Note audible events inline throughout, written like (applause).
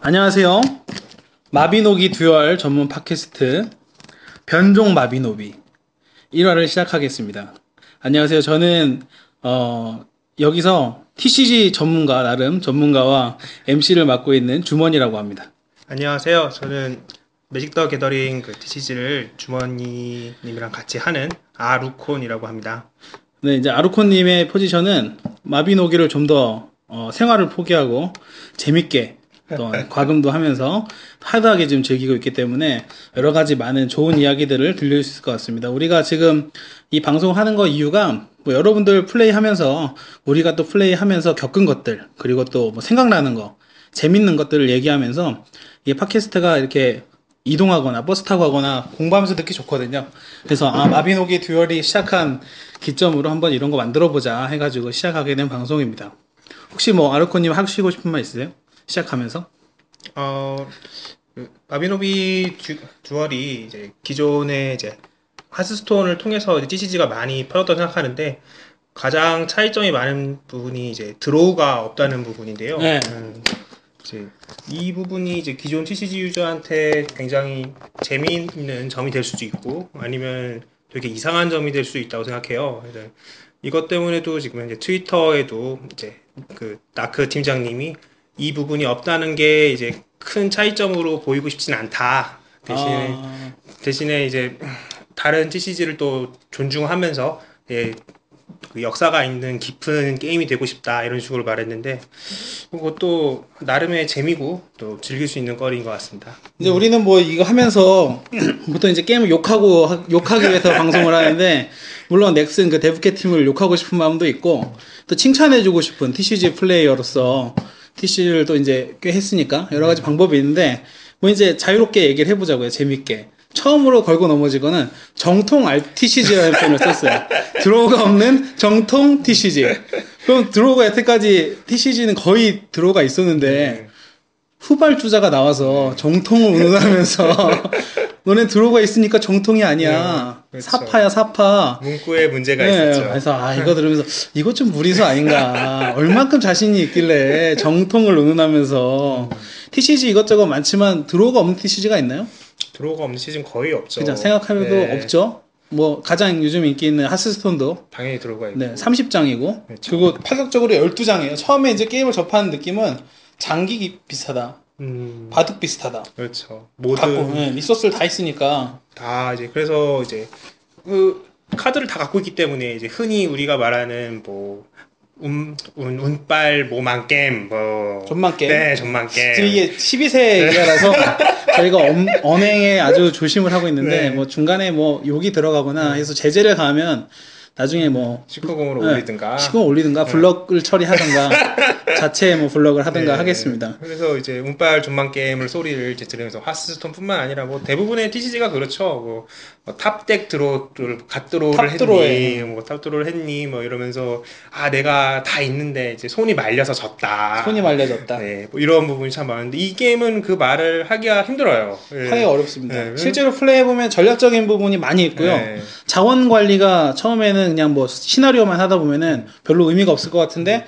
안녕하세요. 마비노기 듀얼 전문 팟캐스트 변종 마비노비 1화를 시작하겠습니다. 안녕하세요. 저는 어, 여기서 TCG 전문가 나름 전문가와 MC를 맡고 있는 주머니라고 합니다. 안녕하세요. 저는 매직 더 게더링 그 TCG를 주머니님이랑 같이 하는 아루콘이라고 합니다. 네, 이제 아루코님의 포지션은 마비노기를 좀 더 어, 생활을 포기하고 재밌게 또 과금도 하면서 하드하게 지금 즐기고 있기 때문에 여러 가지 많은 좋은 이야기들을 들릴 수 있을 것 같습니다. 우리가 지금 이 방송하는 거 이유가 뭐 여러분들 플레이하면서 우리가 또 플레이하면서 겪은 것들 그리고 또 뭐 생각나는 거 재밌는 것들을 얘기하면서 이게 팟캐스트가 이렇게 이동하거나 버스 타고 가거나 공부하면서 듣기 좋거든요. 그래서 아 마비노기 듀얼이 시작한 기점으로 한번 이런 거 만들어 보자 해가지고 시작하게 된 방송입니다. 혹시 뭐 아르코님 하시고 싶은 말 있으세요? 시작하면서? 어, 그 마비노비 듀, 듀얼이 이제 기존의 이제 하스스톤을 통해서 이제 TCG가 많이 퍼졌다고 생각하는데 가장 차이점이 많은 부분이 이제 드로우가 없다는 부분인데요. 네. 음, 이제 이 부분이 이제 기존 TCG 유저한테 굉장히 재미있는 점이 될 수도 있고 아니면 되게 이상한 점이 될 수 있다고 생각해요. 그래서 이것 때문에도 지금 이제 트위터에도 이제 그 나크 팀장님이 이 부분이 없다는 게 이제 큰 차이점으로 보이고 싶진 않다. 대신에 아, 대신에 이제 다른 TCG를 또 존중하면서 예, 그 역사가 있는 깊은 게임이 되고 싶다 이런 식으로 말했는데 그것도 나름의 재미고 또 즐길 수 있는 거리인 것 같습니다. 이제 우리는 뭐 이거 하면서 (clears throat) 보통 이제 게임을 욕하고 하- 욕하기 위해서 (laughs) 방송을 하는데 물론 넥슨 그 데브캐 팀을 욕하고 싶은 마음도 있고 또 칭찬해주고 싶은 TCG 플레이어로서 TCG를 또 이제 꽤 했으니까 여러 가지 방법이 있는데 뭐 이제 자유롭게 얘기를 해보자고요 재밌게 처음으로 걸고 넘어지거는 정통 RTCG라는 표현을 썼어요 드로우가 없는 정통 TCG 그럼 드로우가 여태까지 TCG는 거의 드로우가 있었는데 후발주자가 나와서 정통을 (laughs) 운운하면서 너네 들어가 있으니까 정통이 아니야. 네, 그렇죠. 사파야 사파. 문구에 문제가 네, 있었죠. 그래서 아 이거 들으면서 이것 좀 무리수 아닌가. 얼만큼 자신이 있길래 정통을 운운하면서 TCG 이것저것 많지만 드로우가 없는 TCG가 있나요? 드로우가 없는 시즌 거의 없죠. 그냥 생각하면도 네, 없죠. 뭐 가장 요즘 인기 있는 하스스톤도 당연히 드로우가 있고. 네, 30장이고 그렇죠. 그리고 파격적으로 12장이에요. 처음에 이제 게임을 접하는 느낌은 장기 기- 비슷하다. 음, 바둑 비슷하다. 그렇죠. 모든 갖고 예, 리소스를 다 있으니까 다 이제 그래서 이제 그 카드를 다 갖고 있기 때문에 이제 흔히 우리가 말하는 뭐 운, 운, 운빨, 모망 게임, 뭐. 전망 게임. 네, 전망 지금 게임. 이게 12세 이하라서 (laughs) 저희가 엄- 언행에 아주 조심을 하고 있는데 네. 음. 뭐 중간에 뭐 욕이 들어가거나 해서 제재를 가하면 나중에 뭐 19금으로 네, 올리든가. 시공 네. 올리든가 블럭을 (laughs) 처리하든가 자체에 뭐 블럭을 하든가 네. 하겠습니다. 그래서 이제 운빨 전망 게임을 소리를 이제 들으면서 하스스톤뿐만 아니라 뭐 대부분의 TCG가 그렇죠. 뭐 탑덱 드로를 갓드로를 탑드로에. 했니, 뭐 탑드로를 했니, 뭐 이러면서 아 내가 다 있는데 이제 손이 말려서 졌다. 손이 말려졌다. 아. 네, 뭐 이런 부분이 참 많은데 이 게임은 그 말을 하기가 힘들어요. 예. 하기가 어렵습니다. 네. 실제로 플레이해 보면 전략적인 부분이 많이 있고요. 예. 자원 관리가 처음에는 그냥 뭐 시나리오만 하다 보면은 별로 의미가 없을 것 음. 같은데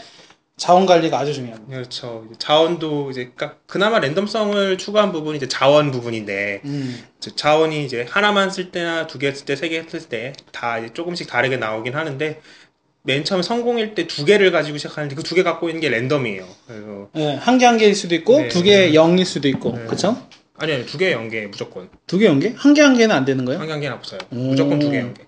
자원 관리가 아주 중요합니다. 그렇죠. 이제 자원도 이제 그러니까 그나마 랜덤성을 추구한 부분이 이제 자원 부분인데 음. 이제 자원이 이제 하나만 쓸 때나 두 개 쓸 때, 세 개 쓸 때 다 이제 조금씩 다르게 나오긴 하는데 맨 처음 성공일 때 두 개를 가지고 시작하는데 그 두 개 갖고 있는 게 랜덤이에요. 그래서 네, 한 개 한 개일 수도 있고 네. 두 개 0일 수도 있고 네. 그쵸? 아니 아니 두 개 연계 무조건 두 개 0개? 한 개 한 개는 안 되는 거예요? 한개 한개는 없어요. 오. 무조건 두 개 연계.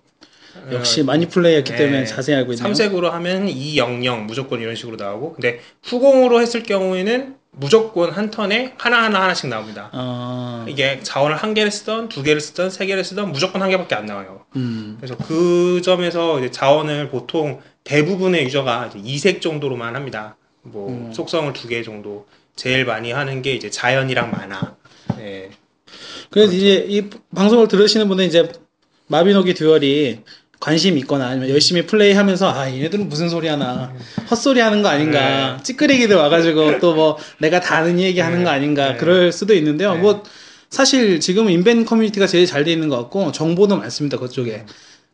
역시 많이 플레이했기 어, 네. 때문에 자세히 알고 있네요 삼색으로 하면 200 무조건 이런 식으로 나오고 근데 후공으로 했을 경우에는 무조건 한 턴에 하나하나 하나씩 나옵니다. 아, 이게 자원을 한 개를 쓰던 두 개를 쓰던 세 개를 쓰던 무조건 한 개밖에 안 나와요. 음. 그래서 그 점에서 이제 자원을 보통 대부분의 유저가 이제 이색 정도로만 합니다. 뭐 음. 속성을 두 개 정도 제일 많이 하는 게 이제 자연이랑 만화. 네. 그래서 이제 이 방송을 들으시는 분은 이제 마비노기 듀얼이 관심 있거나 아니면 열심히 플레이하면서 아 얘네들은 무슨 소리 하나 헛소리 하는 거 아닌가 찌끄레기들 와가지고 또 뭐 내가 다 아는 얘기 하는 네. 거 아닌가 네. 그럴 수도 있는데요 네. 뭐 사실 지금 인벤 커뮤니티가 제일 잘 돼 있는 것 같고 정보도 많습니다 그쪽에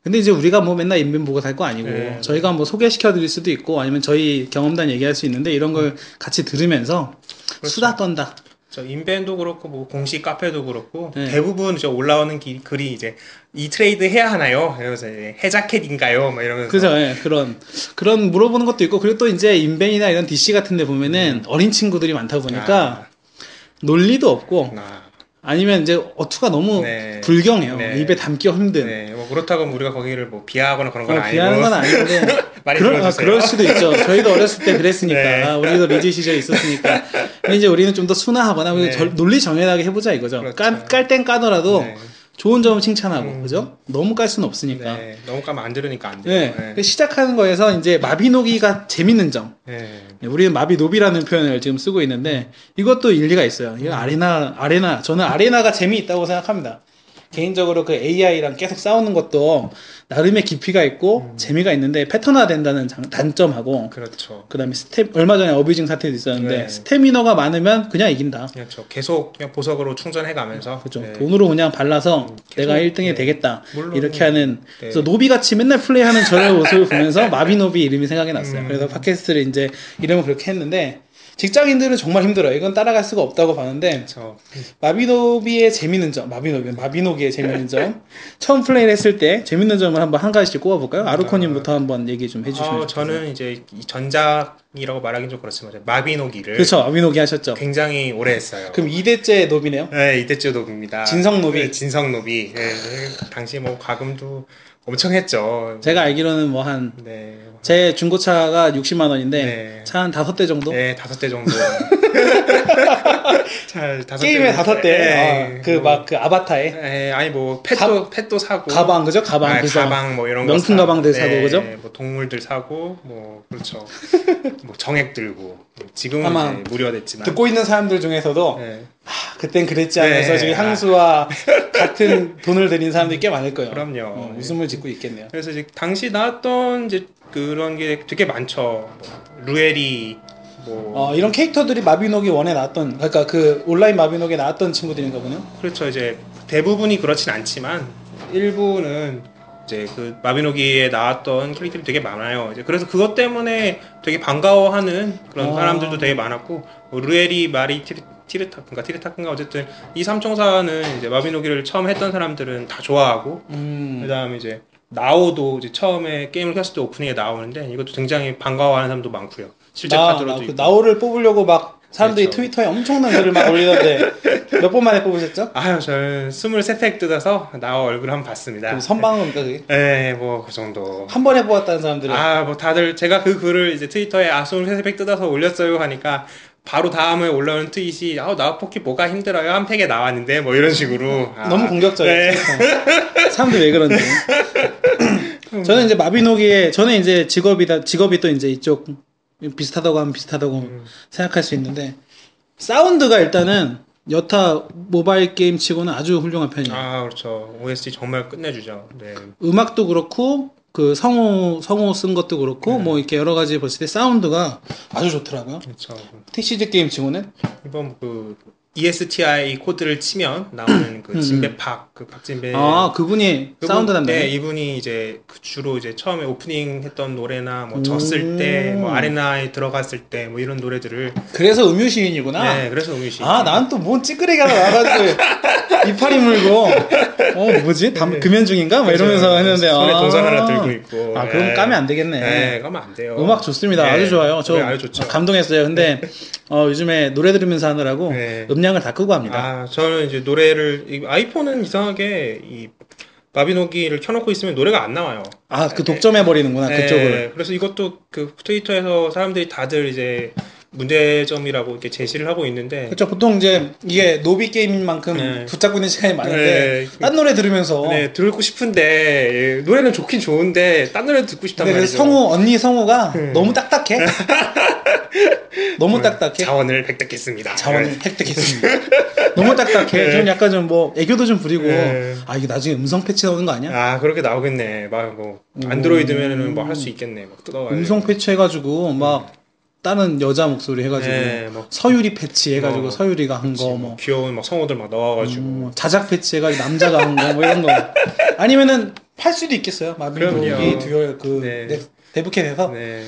근데 이제 우리가 뭐 맨날 인벤 보고 살 거 아니고 네. 저희가 뭐 소개시켜 드릴 수도 그렇죠. 있고 아니면 저희 경험담 얘기할 수 있는데 이런 걸 같이 들으면서 수다 떤다 저 인벤도 그렇고 뭐 공식 카페도 그렇고 네. 대부분 저 올라오는 기- 글이 이제 이 트레이드 해야 하나요? 이러면서 이제 해자켓인가요? 막 이러면서 그래서 예, 그런 그런 물어보는 것도 있고 그리고 또 이제 인벤이나 이런 DC 같은 데 음. 보면은 어린 친구들이 많다 보니까 논리도 없고 아, 아니면 이제 어투가 너무 네. 불경해요. 네. 입에 담기가 힘든. 네, 뭐 그렇다고 뭐 우리가 거기를 뭐 비하하거나 그런 건 그걸 아니고 네. 비하는 건 아닌데 (laughs) 많이 그럴, 아, 들어주세요. 그럴 수도 있죠. 저희도 어렸을 때 그랬으니까 네. 아, 우리도 리즈 시절에 있었으니까 근데 이제 우리는 좀 더 순화하거나 우리 네. 절- 논리 정연하게 해보자 이거죠. 그렇죠. 깔땐 까더라도 네. 좋은 점은 칭찬하고 음. 그죠? 너무 깔 수는 없으니까. 네, 너무 까면 안 들으니까 안 돼요. 네. 네. 그래서 시작하는 거에서 이제 마비노기가 재밌는 점. 네. 네, 우리는 마비노비라는 표현을 지금 쓰고 있는데 이것도 일리가 있어요. 이 아레나, 아레나. 저는 아레나가 재미있다고 생각합니다. 개인적으로 그 AI랑 계속 싸우는 것도 나름의 깊이가 있고 재미가 있는데 패턴화 된다는 장- 단점하고 그렇죠. 그 다음에 스텝, 얼마 전에 어뷰징 사태도 있었는데 네. 스태미너가 많으면 그냥 이긴다. 그렇죠. 계속 그냥 보석으로 충전해가면서 그죠. 네. 돈으로 그냥 발라서 계속, 내가 1등이 네. 되겠다. 물론, 이렇게 하는 네. 그래서 노비같이 맨날 플레이하는 저의 (laughs) 모습을 보면서 마비노비 이름이 생각이 났어요. 음. 그래서 팟캐스트를 이제 이름을 그렇게 했는데 직장인들은 정말 힘들어요. 이건 따라갈 수가 없다고 봤는데 그렇죠. 마비노비의 재밌는 점, 마비노비, 마비노기의 재밌는 점 (laughs) 처음 플레이를 했을 때 재밌는 점을 한번 한 가지씩 꼽아볼까요? 아르코님부터 한번 얘기 좀 해주시면 어, 음. 저는 이제 이 전작이라고 말하긴 좀 그렇지만 마비노기를 그렇죠. 마비노기 네. 하셨죠. 굉장히 오래 했어요. 그럼 2대째 노비네요. 네, 이때쯤 노비입니다. 진성 노비. 네, 진성 노비. 네, 네, 당시 뭐 과금도 엄청 했죠. 제가 알기로는 뭐 한 제 네. 중고차가 60만 원인데 네. 차 한 다섯 대 정도? 네, 다섯 (laughs) 대 정도. 잘 다섯 대 게임에 정도. 다섯 네, 대. 그 뭐, 막 그 아바타에 네, 아니 뭐 펫도 펫도 사고. 가방 그죠? 가방 음. 아, 그죠? 가방 뭐 이런 명품 거 가방들 사고, 그죠? 뭐 동물들 사고 뭐 (laughs) 그렇죠. 뭐 정액 들고 지금은 아마 이제 무료화됐지만. 듣고 있는 사람들 중에서 네, 아, 그땐 그랬지 하면서 네. 지금 (laughs) 향수와 같은 돈을 들인 사람들이 꽤 많을 거예요. 그럼요. 어, 네. 웃음을 짓고 있겠네요. 그래서 이제 당시 나왔던 이제 그런 게 되게 많죠. 뭐, 루엘이 뭐 어, 이런 캐릭터들이 마비노기 원에 나왔던 그러니까 그 온라인 마비노기에 나왔던 친구들인가 보네요. 그렇죠. 이제 대부분이 그렇진 않지만 일부는 이제 그 마비노기에 나왔던 캐릭터들이 되게 많아요. 이제 그래서 그것 때문에 되게 반가워하는 그런 아. 사람들도 되게 많았고 뭐 루엘이 마리 티르, 티르타크인가 티르타크인가 어쨌든 이 삼총사는 이제 마비노기를 처음 했던 사람들은 다 좋아하고 음. 그다음에 이제 나오도 이제 처음에 게임을 켰을 때 오프닝에 나오는데 이것도 굉장히 반가워하는 사람도 많고요. 실제 나, 카드로도 나, 그 있고. 나오를 뽑으려고 막 사람들이 그렇죠. 트위터에 엄청난 글을 막 (laughs) 올리던데 몇 번 만에 뽑으셨죠? 아유, 저는 23팩 뜯어서 나오 얼굴 한번 봤습니다. 그럼 선방입니까 그게? 예, 뭐 그 정도. 한 번에 뽑았다는 사람들은 아, 뭐 다들 제가 그 글을 이제 트위터에 아, 23팩 뜯어서 올렸어요 하니까 바로 다음에 올라오는 트윗이 아, 나오 포키 뭐가 힘들어요? 한 팩에 나왔는데 뭐 이런 식으로. 아, 너무 공격적이에요. 어. 네. 사람들 왜 그런지. (laughs) 저는 이제 마비노기에 저는 이제 직업이다 직업이 또 이제 이쪽 비슷하다고 하면 비슷하다고 음. 생각할 수 있는데 사운드가 일단은 여타 모바일 게임 치고는 아주 훌륭한 편이에요. 아, 그렇죠. OST 정말 끝내주죠. 네. 음악도 그렇고 그 성우 성우 쓴 것도 그렇고 네. 뭐 이렇게 여러 가지 봤을 때 사운드가 아주 좋더라고요. 그렇죠. 택시즈 게임 치고는 이번 그 ESTI 코드를 치면 나오는 그 진배팍 그 박진배 음. 아 그분이 그분- 사운드 담당. 네, 이분이 이제 그 주로 이제 처음에 오프닝 했던 노래나 뭐 음. 졌을 때, 뭐 아레나에 들어갔을 때 뭐 이런 노래들을 그래서 음유 시인이구나. 네, 그래서 음유시 아, 난 또 뭔 찌끄레기 하나 나가지고 (laughs) 이파리 물고 어 뭐지? 담, 금연 중인가? 막 이러면서 했는데 네. 손에 아. 동상 하나 들고 있고. 아 그럼 네. 까면 안 되겠네. 네, 가면 안 돼요. 음악 좋습니다. 네, 아주 좋아요. 저 노래 아주 좋죠. 감동했어요. 근데 어, 요즘에 노래 들으면서 하느라고 네. 음량을 다 끄고 합니다. 아, 저는 이제 노래를 이 아이폰은 이상하게 이 마비노기를 켜놓고 있으면 노래가 안 나와요. 아 그 독점해 버리는구나 네, 그쪽을. 그래서 이것도 그 트위터에서 사람들이 다들 이제 문제점이라고 이렇게 제시를 하고 있는데 그렇죠. 보통 이제 이게 노비 게임인 만큼 네. 붙잡고 있는 시간이 많은데 네. 딴 노래 들으면서 네, 듣고 싶은데 예, 노래는 좋긴 좋은데 딴 노래 듣고 싶단 근데 그 말이죠. 성우 언니 성우가 네. 너무 (laughs) 딱딱해. 너무 딱딱해. 자원을 획득했습니다. 자원을 획득했습니다. 네. (laughs) 너무 딱딱해. 좀 약간 좀 뭐 애교도 좀 부리고 네. 아 이게 나중에 음성 패치 나오는 거 네. 아니야? 아 그렇게 나오겠네. 막뭐 안드로이드면은 뭐 할 수 있겠네. 막 뜯어가지고. 음. 음성 패치 해가지고 막 다른 여자 목소리 해가지고 네, 뭐 서유리 패치 해가지고 어, 서유리가 한 거 그치, 뭐 음. 귀여운 막 성우들 막 넣어가지고. 자작 패치 해가지고 남자가 한 거 뭐 이런 (laughs) 거 아니면은 팔 수도 있겠어요. 마빈이 그럼요. 듀얼 그 네. 네. 데브캔에서 (clears throat) 네.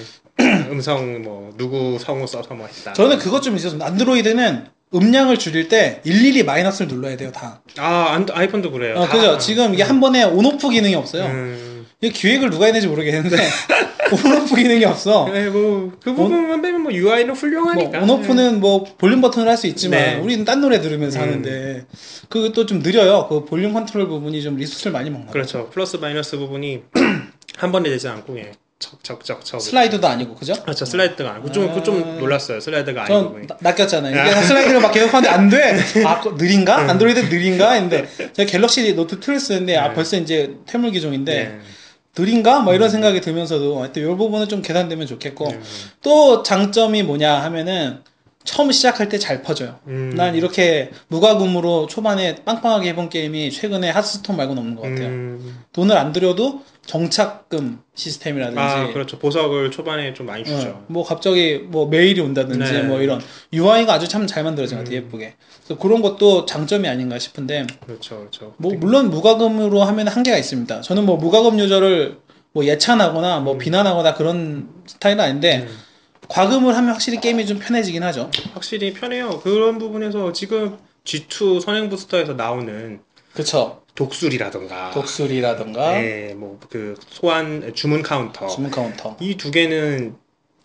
음성 뭐 누구 성우 써서 뭐 했다. 그 저는 그것 좀 있었습니다. 안드로이드는 음량을 줄일 때 일일이 마이너스를 눌러야 돼요 다. 아, 안- 아이폰도 그래요. 어, 다. 그죠? 지금 이게 한 번에 온오프 기능이 없어요. 음. 이 기획을 누가 했는지 (laughs) 모르겠는데 온오프 기능이 없어. 네, 뭐그 부분만 빼면 뭐 UI는 뭐 훌륭하니까. 온오프는 뭐 볼륨 버튼을 할 수 있지만 네. 우리는 딴 노래 들으면서 음. 하는데 그것도 좀 느려요. 그 볼륨 컨트롤 부분이 좀 리소스를 많이 먹나. 봐. 그렇죠. 플러스 마이너스 부분이 (clears throat) 한 번에 되지 않고 예. 척척척척. 슬라이드도 아니고 그죠? 그렇죠. 슬라이드가 아니고 좀, 그거 아. 좀 놀랐어요. 슬라이드가 아니고. 예. 전 음. 나- 낚였잖아요. 이게 다 슬라이드를 막 계속 하는데 안 돼. 아, 그거 느린가? 안드로이드 느린가? (laughs) 했는데 제가 갤럭시 노트 2를 쓰는데 아 네. 벌써 이제 퇴물 기종인데 네. 음. 느린가? 뭐 이런 생각이 들면서도 하여튼 이 부분은 좀 계산되면 좋겠고 네. 또 장점이 뭐냐 하면은 처음 시작할 때 잘 퍼져요. 음. 난 이렇게 무과금으로 초반에 빵빵하게 해본 게임이 최근에 하스스톤 말고는 없는 것 같아요. 음. 돈을 안 들여도 정착금 시스템이라든지 아, 그렇죠. 보석을 초반에 좀 많이 주죠. 어, 뭐 갑자기 뭐 메일이 온다든지 네. 음. 뭐 이런 UI가 아주 참 잘 만들어진 것 같아요. 예쁘게. 그래서 그런 것도 장점이 아닌가 싶은데 그렇죠, 그렇죠. 뭐 물론 무과금으로 하면 한계가 있습니다. 저는 뭐 무과금 유저를 뭐 예찬하거나 뭐 비난하거나 그런 스타일은 아닌데 음. 과금을 하면 확실히 게임이 좀 편해지긴 하죠. 확실히 편해요. 그런 부분에서 지금 G2 선행 부스터에서 나오는 그쵸. 독수리라던가, 어. 독수리라던가 예, 뭐그 소환 주문 카운터 네. 주문 카운터. 이 두 개는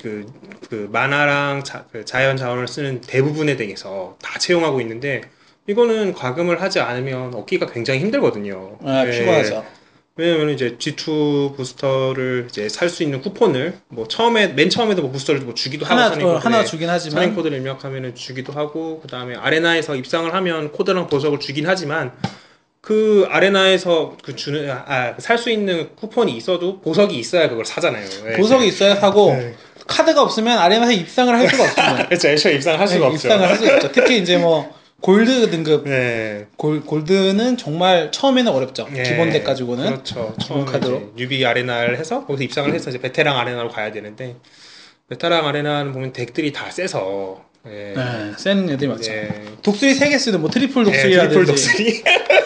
그, 그 만화랑 자, 그 자연 자원을 쓰는 대부분에 대해서 다 채용하고 있는데 이거는 과금을 하지 않으면 얻기가 굉장히 힘들거든요. 아, 예. 피곤하죠. 왜냐면 이제 G2 부스터를 이제 살 수 있는 쿠폰을 뭐 처음에 맨 처음에도 뭐 부스터를 뭐 주기도 하고 하나 선행 어, 코드에 하나 주긴 선행 하지만 코드를 입력하면 주기도 하고 그 다음에 아레나에서 입상을 하면 코드랑 보석을 주긴 하지만 그 아레나에서 그 주는 살 수 있는 쿠폰이 있어도 보석이 있어야 그걸 사잖아요. 예. 보석이 있어야 하고 네. 카드가 없으면 아레나에 입상을 할 수가 없죠. 그렇죠. 애초에 입상을 (laughs) 할 수가 네, 없죠. 입상을 할 수가 없죠. 특히 이제 (laughs) 뭐 골드 등급 네. 골, 골드는 정말 처음에는 어렵죠. 예. 기본 덱 가지고는 그렇죠. 기본 처음 카드로. 카드로 뉴비 아레나를 해서 거기서 입상을 해서 이제 베테랑 아레나로 가야 되는데 베테랑 아레나는 보면 덱들이 다 세서 예. 네, 센 애들이 맞죠. 예. 독수리 세개 쓰는 뭐 트리플 예, 독수리라든지 트리플 독수리.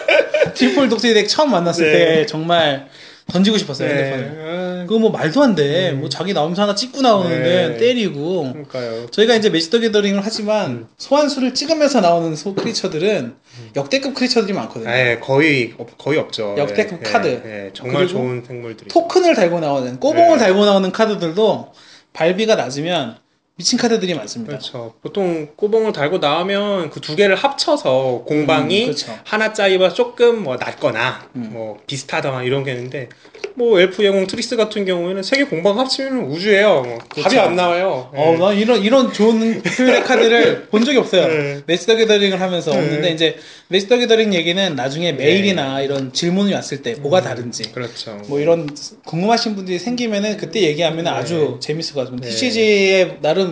(laughs) 트리플 독수리 덱 처음 만났을 네. 때 정말 던지고 싶었어요. 핸드폰을. 네. 그거 뭐 말도 안 돼. 뭐 자기 나오면서 하나 찍고 나오는데 네. 때리고 그러니까요. 저희가 이제 매직 더 게더링을 하지만 소환수를 찍으면서 나오는 소 크리처들은 역대급 크리처들이 많거든요. 예, 거의 없- 거의 없죠. 네. 역대급 예, 카드. 예, 정말 그리고 좋은 생물들이. 토큰을 달고 나오는 꼬봉을 네. 달고 나오는 카드들도 발비가 낮으면 미친 카드들이 많습니다. 그렇죠. 보통 꼬봉을 달고 나오면 그 두 개를 합쳐서 공방이 음, 그렇죠. 하나짜리보다 조금 뭐 낮거나 음. 뭐 비슷하다거나 이런 게 있는데 뭐 엘프 영웅 트리스 같은 경우에는 세 개 공방 합치면 우주예요. 뭐 답이 그렇죠. 안 나와요. 예. 어, 나 이런 이런 좋은 표현의 카드를 본 적이 없어요. 네. 매직 더 게더링을 하면서 네. 없는데 이제 매직 더 게더링 얘기는 나중에 네. 음. 메일이나 이런 질문이 왔을 때 뭐가 다른지 그렇죠. 뭐 이런 궁금하신 분들이 생기면은 그때 얘기하면 네. 아주 재밌을 것 같습니다. 네. TCG의 나름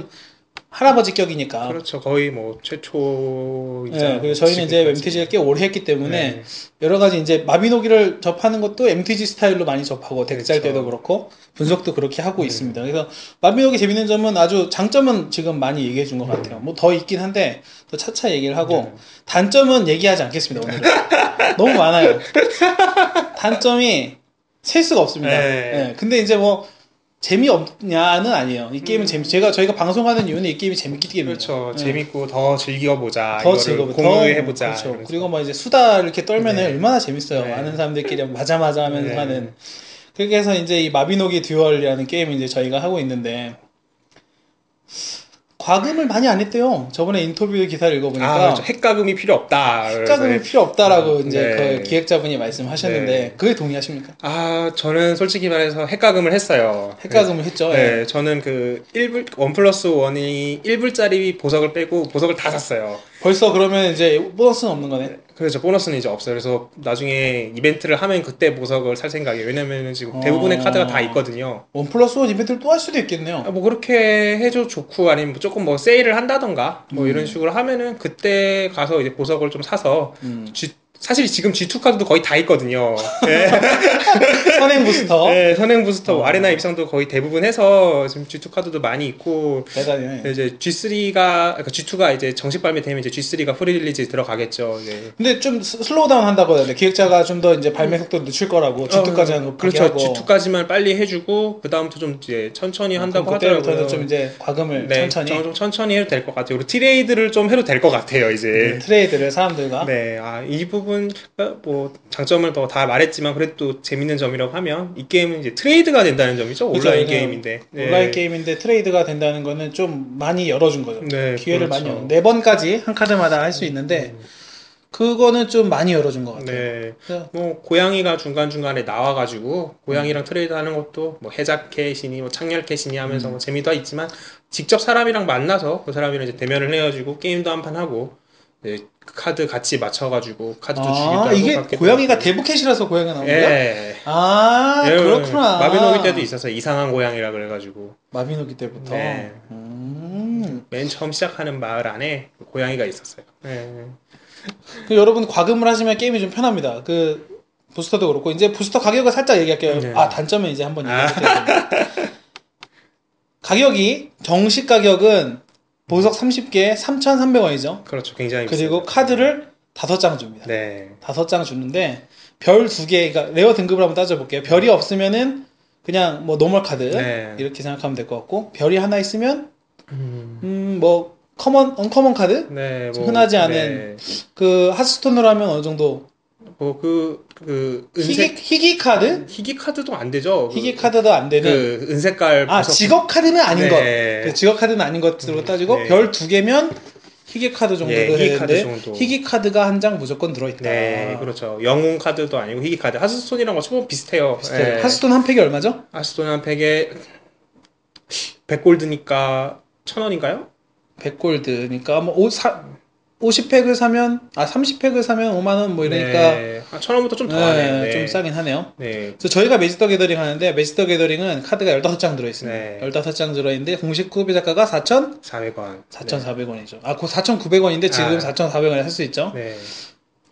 할아버지 격이니까. 그렇죠. 거의 뭐 최초. 네, 그리고 저희는 이제 MTG를 꽤 오래 했기 때문에 네. 여러 가지 이제 마비노기를 접하는 것도 MTG 스타일로 많이 접하고 덱짤 때도 그렇고 분석도 그렇게 하고 그렇죠. 네. 있습니다. 그래서 마비노기 재밌는 점은 아주 장점은 지금 많이 얘기해 음. 준 것 같아요. 뭐 더 있긴 한데 더 차차 얘기를 하고 네. 단점은 얘기하지 않겠습니다. 오늘 (laughs) 너무 많아요. 단점이 셀 수가 없습니다. 네. 예, 근데 이제 뭐 재미없냐는 아니에요. 이 게임은 재미 제가 저희가 방송하는 이유는 이 게임이 재밌기 때문에 음. 그렇죠. 예. 재밌고 더 즐겨보자. 더 아, 이거를 즐거워, 공유해보자. 더, 그렇죠. 이러면서. 아, 그리고 뭐 이제 수다 이렇게 떨면 네. 얼마나 재밌어요. 네. 많은 사람들끼리 맞아 맞아 하면서 네. 하는. 그렇게 해서 이제 이 마비노기 듀얼이라는 게임을 이제 저희가 하고 있는데 과금을 많이 안 했대요. 저번에 인터뷰 기사를 읽어보니까 아, 그렇죠. 핵가금이 필요 없다. 핵가금이 그래서, 필요 없다라고 이제 네. 그 기획자분이 말씀하셨는데 네. 그게 동의하십니까? 아, 저는 솔직히 말해서 핵가금을 했어요. 핵가금을 했죠. 예. 네, 저는 그 1불, 1 플러스 1이 1불짜리 보석을 빼고 보석을 다 샀어요. 벌써 그러면 이제 보너스는 없는 거네. 그래서 보너스는 이제 없어요. 그래서 나중에 이벤트를 하면 그때 보석을 살 생각이에요. 왜냐면은 지금 대부분의 어. 카드가 다 있거든요. 원 플러스 원 이벤트를 또 할 수도 있겠네요. 아, 뭐 그렇게 해줘 좋고 아니면 뭐 조금 뭐 세일을 한다던가 뭐 음. 이런 식으로 하면은 그때 가서 이제 보석을 좀 사서 음. (laughs) G- 사실 지금 G2 카드도 거의 다 있거든요. 예. 선행 부스터. 어. 네, 선행 부스터 아레나 입상도 거의 대부분 해서 지금 G2 카드도 많이 있고 대단해. 이제 G3가 그러니까 G2가 이제 정식 발매되면 이제 G3가 프리릴리즈 들어가겠죠. 네. 근데 좀 스- 슬로우다운 한다고 해야 돼. 기획자가 좀 더 이제 발매 속도를 늦출 거라고 어, G2까지 하는 거 음. 그렇죠. 포기하고 G2까지만 빨리 해주고 그 다음부터 좀 이제 천천히 한다고 하더라고요. 아, 그때부터는 좀 이제 과금을 네, 천천히 좀- 좀 천천히 해도 될 것 같아요. 그리고 트레이드를 좀 해도 될 것 같아요. 네. 이제. 그 트레이드를 사람들과 네, 아, 이 부분, 어, 뭐, 장점을 더 다 말했지만, 그래도 또 재밌는 점이라고 하면, 이 게임은 이제 트레이드가 된다는 점이죠. 그렇죠. 온라인 왜냐면 게임인데. 네. 온라인 게임인데 트레이드가 된다는 거는 좀 많이 열어준 거죠. 네, 기회를 그렇죠. 음. 많이 열어. 네 번까지 한 카드마다 할 수 있는데 그거는 좀 많이 열어준 것 같아요. 네. 그래서 뭐, 고양이가 중간중간에 나와가지고, 고양이랑 트레이드 하는 것도, 뭐, 해자캣이니, 뭐, 창렬캣이니 하면서 뭐 재미도 있지만, 직접 사람이랑 만나서 그 사람이랑 이제 대면을 해가지고, 게임도 한 판 하고, 네, 카드 같이 맞춰가지고, 카드도 주기도 아 하고. 이게 받기도 고양이가 하고. 대부캣이라서 고양이가 나온 거야? 예. 아 예, 그렇구나. 마비노기 때도 있어서 이상한 고양이라 그래가지고. 마비노기 때부터. 네. 음. 맨 처음 시작하는 마을 안에 고양이가 있었어요. 네. 그 여러분 과금을 하시면 게임이 좀 편합니다. 그 부스터도 그렇고 이제 부스터 가격을 살짝 얘기할게요. 네. 아 단점은 이제 한번 얘기할게요. (laughs) 가격이 정식 가격은 보석 30개에 3,300원이죠. 그렇죠. 굉장히 그리고 비싸죠. 카드를 다섯 장 줍니다. 네. 다섯 장 주는데 별 두 개, 그러니까 레어 등급을 한번 따져볼게요. 별이 없으면은 그냥 뭐 노멀 카드 네. 이렇게 생각하면 될 것 같고 별이 하나 있으면 음 뭐 커먼, 언커먼 카드 네. 뭐, 흔하지 않은 네. 그 하스톤으로 하면 어느 정도 뭐그그 희귀 은색 희귀 카드 희귀 카드도 안 되죠. 그- 희귀 카드도 안 그, 되는 은색깔 아 보석- 직업 카드는 아닌 네. 것 그 직업 카드는 아닌 것으로 음, 따지고 네. 별 두 개면 희귀 카드 정도 예, 되는데 희귀 희귀, 카드 정도. 카드 가 한 장 무조건 들어있다. 아. 네, 그렇죠. 영웅 카드도 아니고 희귀 카드. 하스스톤이랑 어찌 보면 비슷해요. 비슷해요. 예. 하스톤 한 팩이 얼마죠? 하스스톤 한 팩에 100골드니까 1000원인가요? 100골드니까 뭐 오, 사, 50팩을 사면 아 30팩을 사면 5만 원 뭐 이러니까 네. 아, 1000원부터 좀 더 네, 하네. 네. 좀 싸긴 하네요. 네. 그래서 저희가 매지더 게더링 하는데 매지더 게더링은 카드가 15장 들어 네. 있습니다. 15장 들어 있는데 공식 구비 작가가 4천 400원. 네. 4,400원이죠. 아, 그 4,900원인데 지금 아. 4,400원에 할 수 있죠. 네.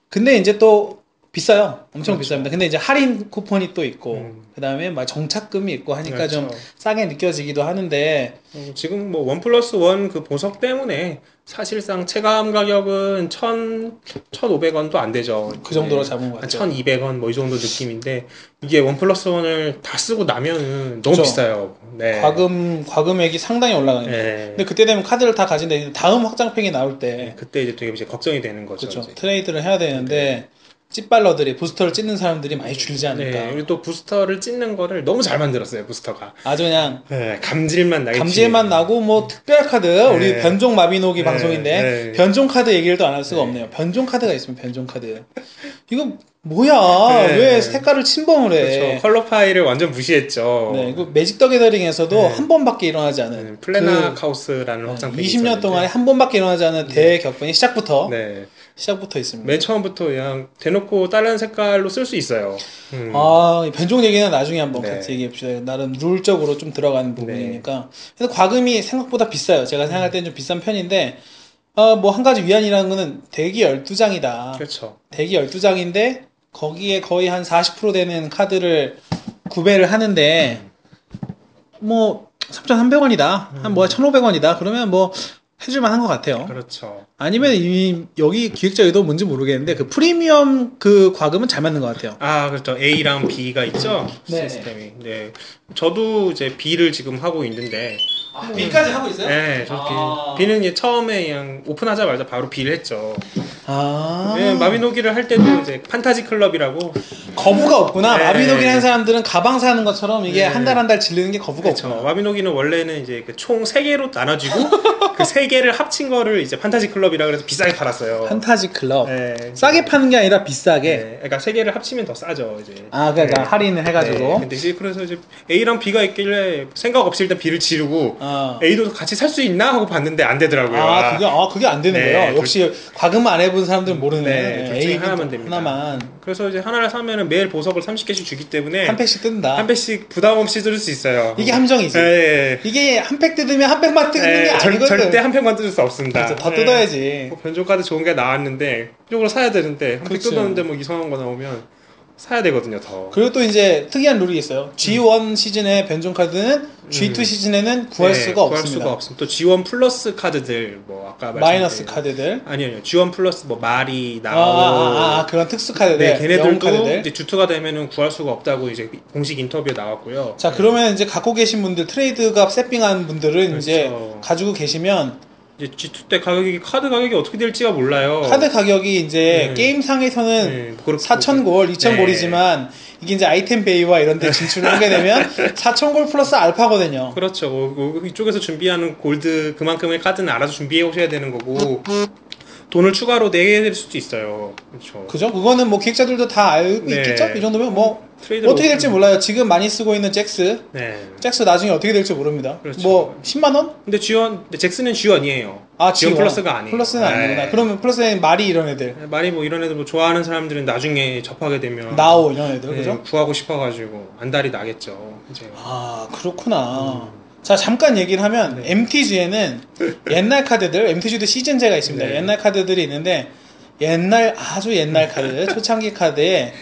근데 이제 또 비싸요. 엄청 비쌉니다. 근데 이제 할인 쿠폰이 또 있고 그렇죠. 음. 그다음에 막 정착금이 있고 하니까 좀 그렇죠. 싸게 느껴지기도 하는데 음, 지금 뭐 원 플러스 원 그 보석 때문에 사실상 체감 가격은 1,000, 1,500원도 안 되죠. 네. 그 정도로 잡은 것 한 같아요. 1,200원 뭐 이 정도 느낌인데 이게 원 플러스 원을 다 쓰고 나면은 너무 그렇죠. 비싸요. 네. 과금 과금액이 상당히 올라가는 거예요. 네. 근데 그때 되면 카드를 다 가진데 다음 확장팩이 나올 때 그때 이제 되게 이제 걱정이 되는 거죠. 네. 그렇죠 이제. 트레이드를 해야 되는데 찌빨러들이 부스터를 찢는 사람들이 많이 줄지 않을까 네. 그리고 또 부스터를 찢는 거를 너무 잘 만들었어요, 부스터가. 아주 그냥 네, 감질만 나겠지. 음. 감질만 나고 뭐 특별 카드 우리 네. 변종 마비노기 네, 방송인데 네. 변종 카드 얘기를 또 안 할 수가 네. 없네요 변종 카드가 있으면 변종 카드 이거 뭐야 네. 왜 색깔을 침범을 해 그렇죠. 컬러 파일을 완전 무시했죠. 네, 이거 매직 더 게더링에서도 네. 한 번밖에 일어나지 않은 네, 그렇죠. 플래나 그 카우스라는 확장팩이 20년 동안에 있었는데. 예. 한 번밖에 일어나지 않은 대격분이 시작부터 네. 시작부터 있습니다. 맨 처음부터 그냥 대놓고 다른 색깔로 쓸 수 있어요. 음. 아, 이 변종 얘기는 나중에 한번 네. 같이 얘기해 봅시다. 나름 룰적으로 좀 들어가는 부분이니까. 그래서 과금이 생각보다 비싸요. 음. 제가 생각할 때는 좀 비싼 편인데, 어, 뭐 한 가지 위안이라는 거는 대기 12장이다. 그렇죠. 대기 12장인데, 거기에 거의 한 40% 되는 카드를 구매를 하는데, 뭐, 3,300원이다. 한 뭐, 1,500원이다. 그러면 뭐, 해줄만 한 것 같아요. 음. 그렇죠. 아니면 이, 여기 기획자 의도 뭔지 모르겠는데, 그 프리미엄 그 과금은 잘 맞는 것 같아요. 아, 그렇죠. A랑 B가 있죠. 네. 시스템이. 네. 저도 이제 B를 지금 하고 있는데. 아, B까지 하고 있어요? 네, 저도 아. B. B는 이제 처음에 그냥 오픈하자마자 바로 B를 했죠. 아. 네, 마비노기를 할 때도 이제 판타지 클럽이라고. 거부가 없구나. 네. 마비노기라는 사람들은 가방 사는 것처럼 이게 네. 한 달 한 달 질르는 게 거부가 그렇죠. 없구나. 마비노기는 원래는 이제 그 총 세개로 나눠지고 (laughs) 그 세개를 합친 거를 이제 판타지 클럽이라 그래서 비싸게 팔았어요. 판타지 클럽. 네. 싸게 파는 게 아니라 비싸게. 네, 그러니까 세 개를 합치면 더 싸죠 이제. 아, 그러니까 네. 할인을 네, 해가지고. 근데 이제 그래서 이제 A랑 B가 있길래 생각 없이 일단 B를 지르고 아. A도 같이 살 수 있나 하고 봤는데 안 되더라고요. 아, 그게, 아, 그게 안 되는 네, 거예요. 둘- 역시 과금 안 해본 사람들은 모르네. 네, 둘 중에 A는 하나만 됩니다. 하나만. 래서 이제 하나를 사면은 매일 보석을 30개씩 주기 때문에 한 팩씩 뜬다. 네. 한 팩씩 부담 없이 쓸 수 있어요. 이게 함정이지. 예, 예, 예. 이게 한 팩 뜯으면 한 팩만 뜯는 예, 게 절, 아니거든. 절대 한 팩만 뜯을 수 없습니다. 그렇죠. 더 예. 뜯어야지. 뭐 변종카드 좋은 게 나왔는데 이쪽으로 사야 되는데 한 팩 그렇죠. 뜯었는데 뭐 이상한 거 나오면 사야 되거든요 더. 그리고 또 이제 특이한 룰이 있어요. G1 시즌의 변종 카드는 G2 음. 시즌에는 구할 네, 수가 구할 없습니다. 수가 없음. 또 G1 플러스 카드들 뭐 아까 말씀드린 마이너스 카드들. 아니요, 아니요. G1 플러스 뭐 말이 아, 나오. 아, 아, 아, 그런 특수 카드들. 네, 영웅 걔네들도 카드들. 이제 주투가 되면은 구할 수가 없다고 이제 공식 인터뷰에 나왔고요. 자, 그러면 이제 갖고 계신 분들 트레이드가 세핑한 분들은 이제 그렇죠. 가지고 계시면 네. 이제 G2 때 가격이 카드 가격이 어떻게 될지가 몰라요. 카드 가격이 이제 네. 게임상에서는 네, 그렇고. 4,000골, 2,000골이지만 이게 이제 아이템 베이와 이런 네. 데 진출을 하게 (laughs) 되면 4,000골 플러스 알파거든요. 그렇죠. 어, 어, 이쪽에서 준비하는 골드 그만큼의 카드는 알아서 준비해 오셔야 되는 거고 돈을 추가로 내게 될 수도 있어요. 그렇죠. 그죠? 그거는 뭐 기획자들도 다 알고 네. 있겠죠? 이 정도면 뭐 트레이드 어떻게 될지 몰라요. 지금 많이 쓰고 있는 잭스. 네. 잭스 나중에 어떻게 될지 모릅니다. 그렇죠. 뭐 10만 원? 근데 G1 근데 잭슨은 G1이에요. 아, G1 지원. 플러스가 아니에요. 플러스는 네. 아니구나. 그러면 플러스는 말이 이런 애들. 말이 뭐 이런 애들 뭐 좋아하는 사람들은 나중에 접하게 되면 나오 이런 애들. 네, 그죠? 구하고 싶어가지고 안달이 나겠죠. 이제 아, 그렇구나. 자, 잠깐 얘기를 하면 음. 네. MTG에는 옛날 카드들, MTG도 시즌제가 있습니다. 네. 옛날 카드들이 있는데 옛날 아주 옛날 (laughs) 카드, 초창기 카드에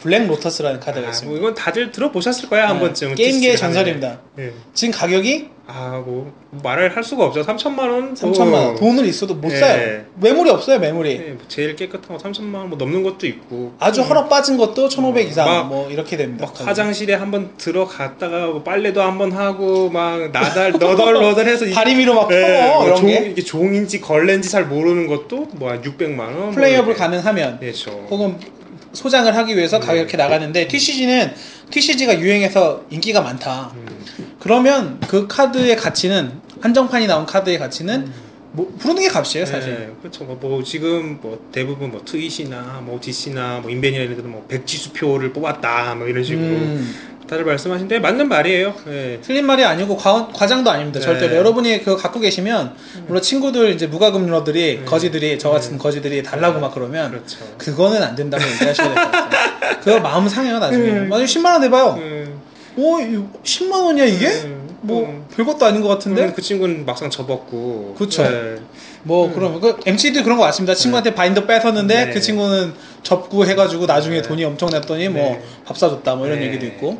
블랙 로터스라는 카드가 아, 있습니다. 뭐 이건 다들 들어보셨을 거야 한 네, 번쯤. 게임계의 TCG 가면은. 전설입니다. 네. 지금 가격이 아뭐 말을 할 수가 없죠. 3천만 원. 3천만 원. 뭐, 돈을 있어도 못 네. 사요. 메모리 없어요, 메모리. 네, 뭐 제일 깨끗한 거 3천만 원 뭐 넘는 것도 있고. 아주 음, 헐어 빠진 것도 1,500 이상 막- 뭐 이렇게 됩니다. 막 화장실에 한 번 들어갔다가 뭐 빨래도 한 번 하고 막 나달 (laughs) 너덜너덜해서 이- 다리미로 막 퍼 네, 뭐 이런 종, 게 이게 종인지 걸렌지 잘 모르는 것도 뭐 한 600만 원. 뭐 플레이업을 이렇게. 가능하면 네, 저. 혹은 소장을 하기 위해서 네. 가격 이렇게 나가는데 TCG는 TCG가 유행해서 인기가 많다. 음. 그러면 그 카드의 가치는 한정판이 나온 카드의 가치는 뭐 부르는 게 값이에요 사실. 네, 그렇죠. 뭐, 뭐 지금 뭐 대부분 뭐 트윗이나 뭐 디시나 뭐 인벤이나 이런 데도 뭐 백지수표를 뽑았다 뭐 이런 식으로 음, 다들 말씀하신데 맞는 말이에요. 네. 틀린 말이 아니고 과, 과장도 아닙니다. 네. 절대로 여러분이 그거 갖고 계시면 물론 친구들 이제 무과금 러들이 네. 거지들이 저 같은 네. 거지들이 달라고 막 그러면 그렇죠. 그거는 안 된다고 얘기하셔야 될 것 같아요. 그거 마음 상해요 나중에. 네. 만약에 10만 원 내봐요. 음, 오 10만 어, 원이야 이게? 음, 뭐 음. 별것도 아닌 것 같은데 음, 그 친구는 막상 접었고. 그쵸. 네. 뭐 음. 그럼 그 MC도 그런 거 같습니다 친구한테 바인더 뺏었는데 네. 그 친구는 접고 해가지고 나중에 네. 돈이 엄청 냈더니 네. 뭐 밥 사줬다 뭐 이런 네. 얘기도 있고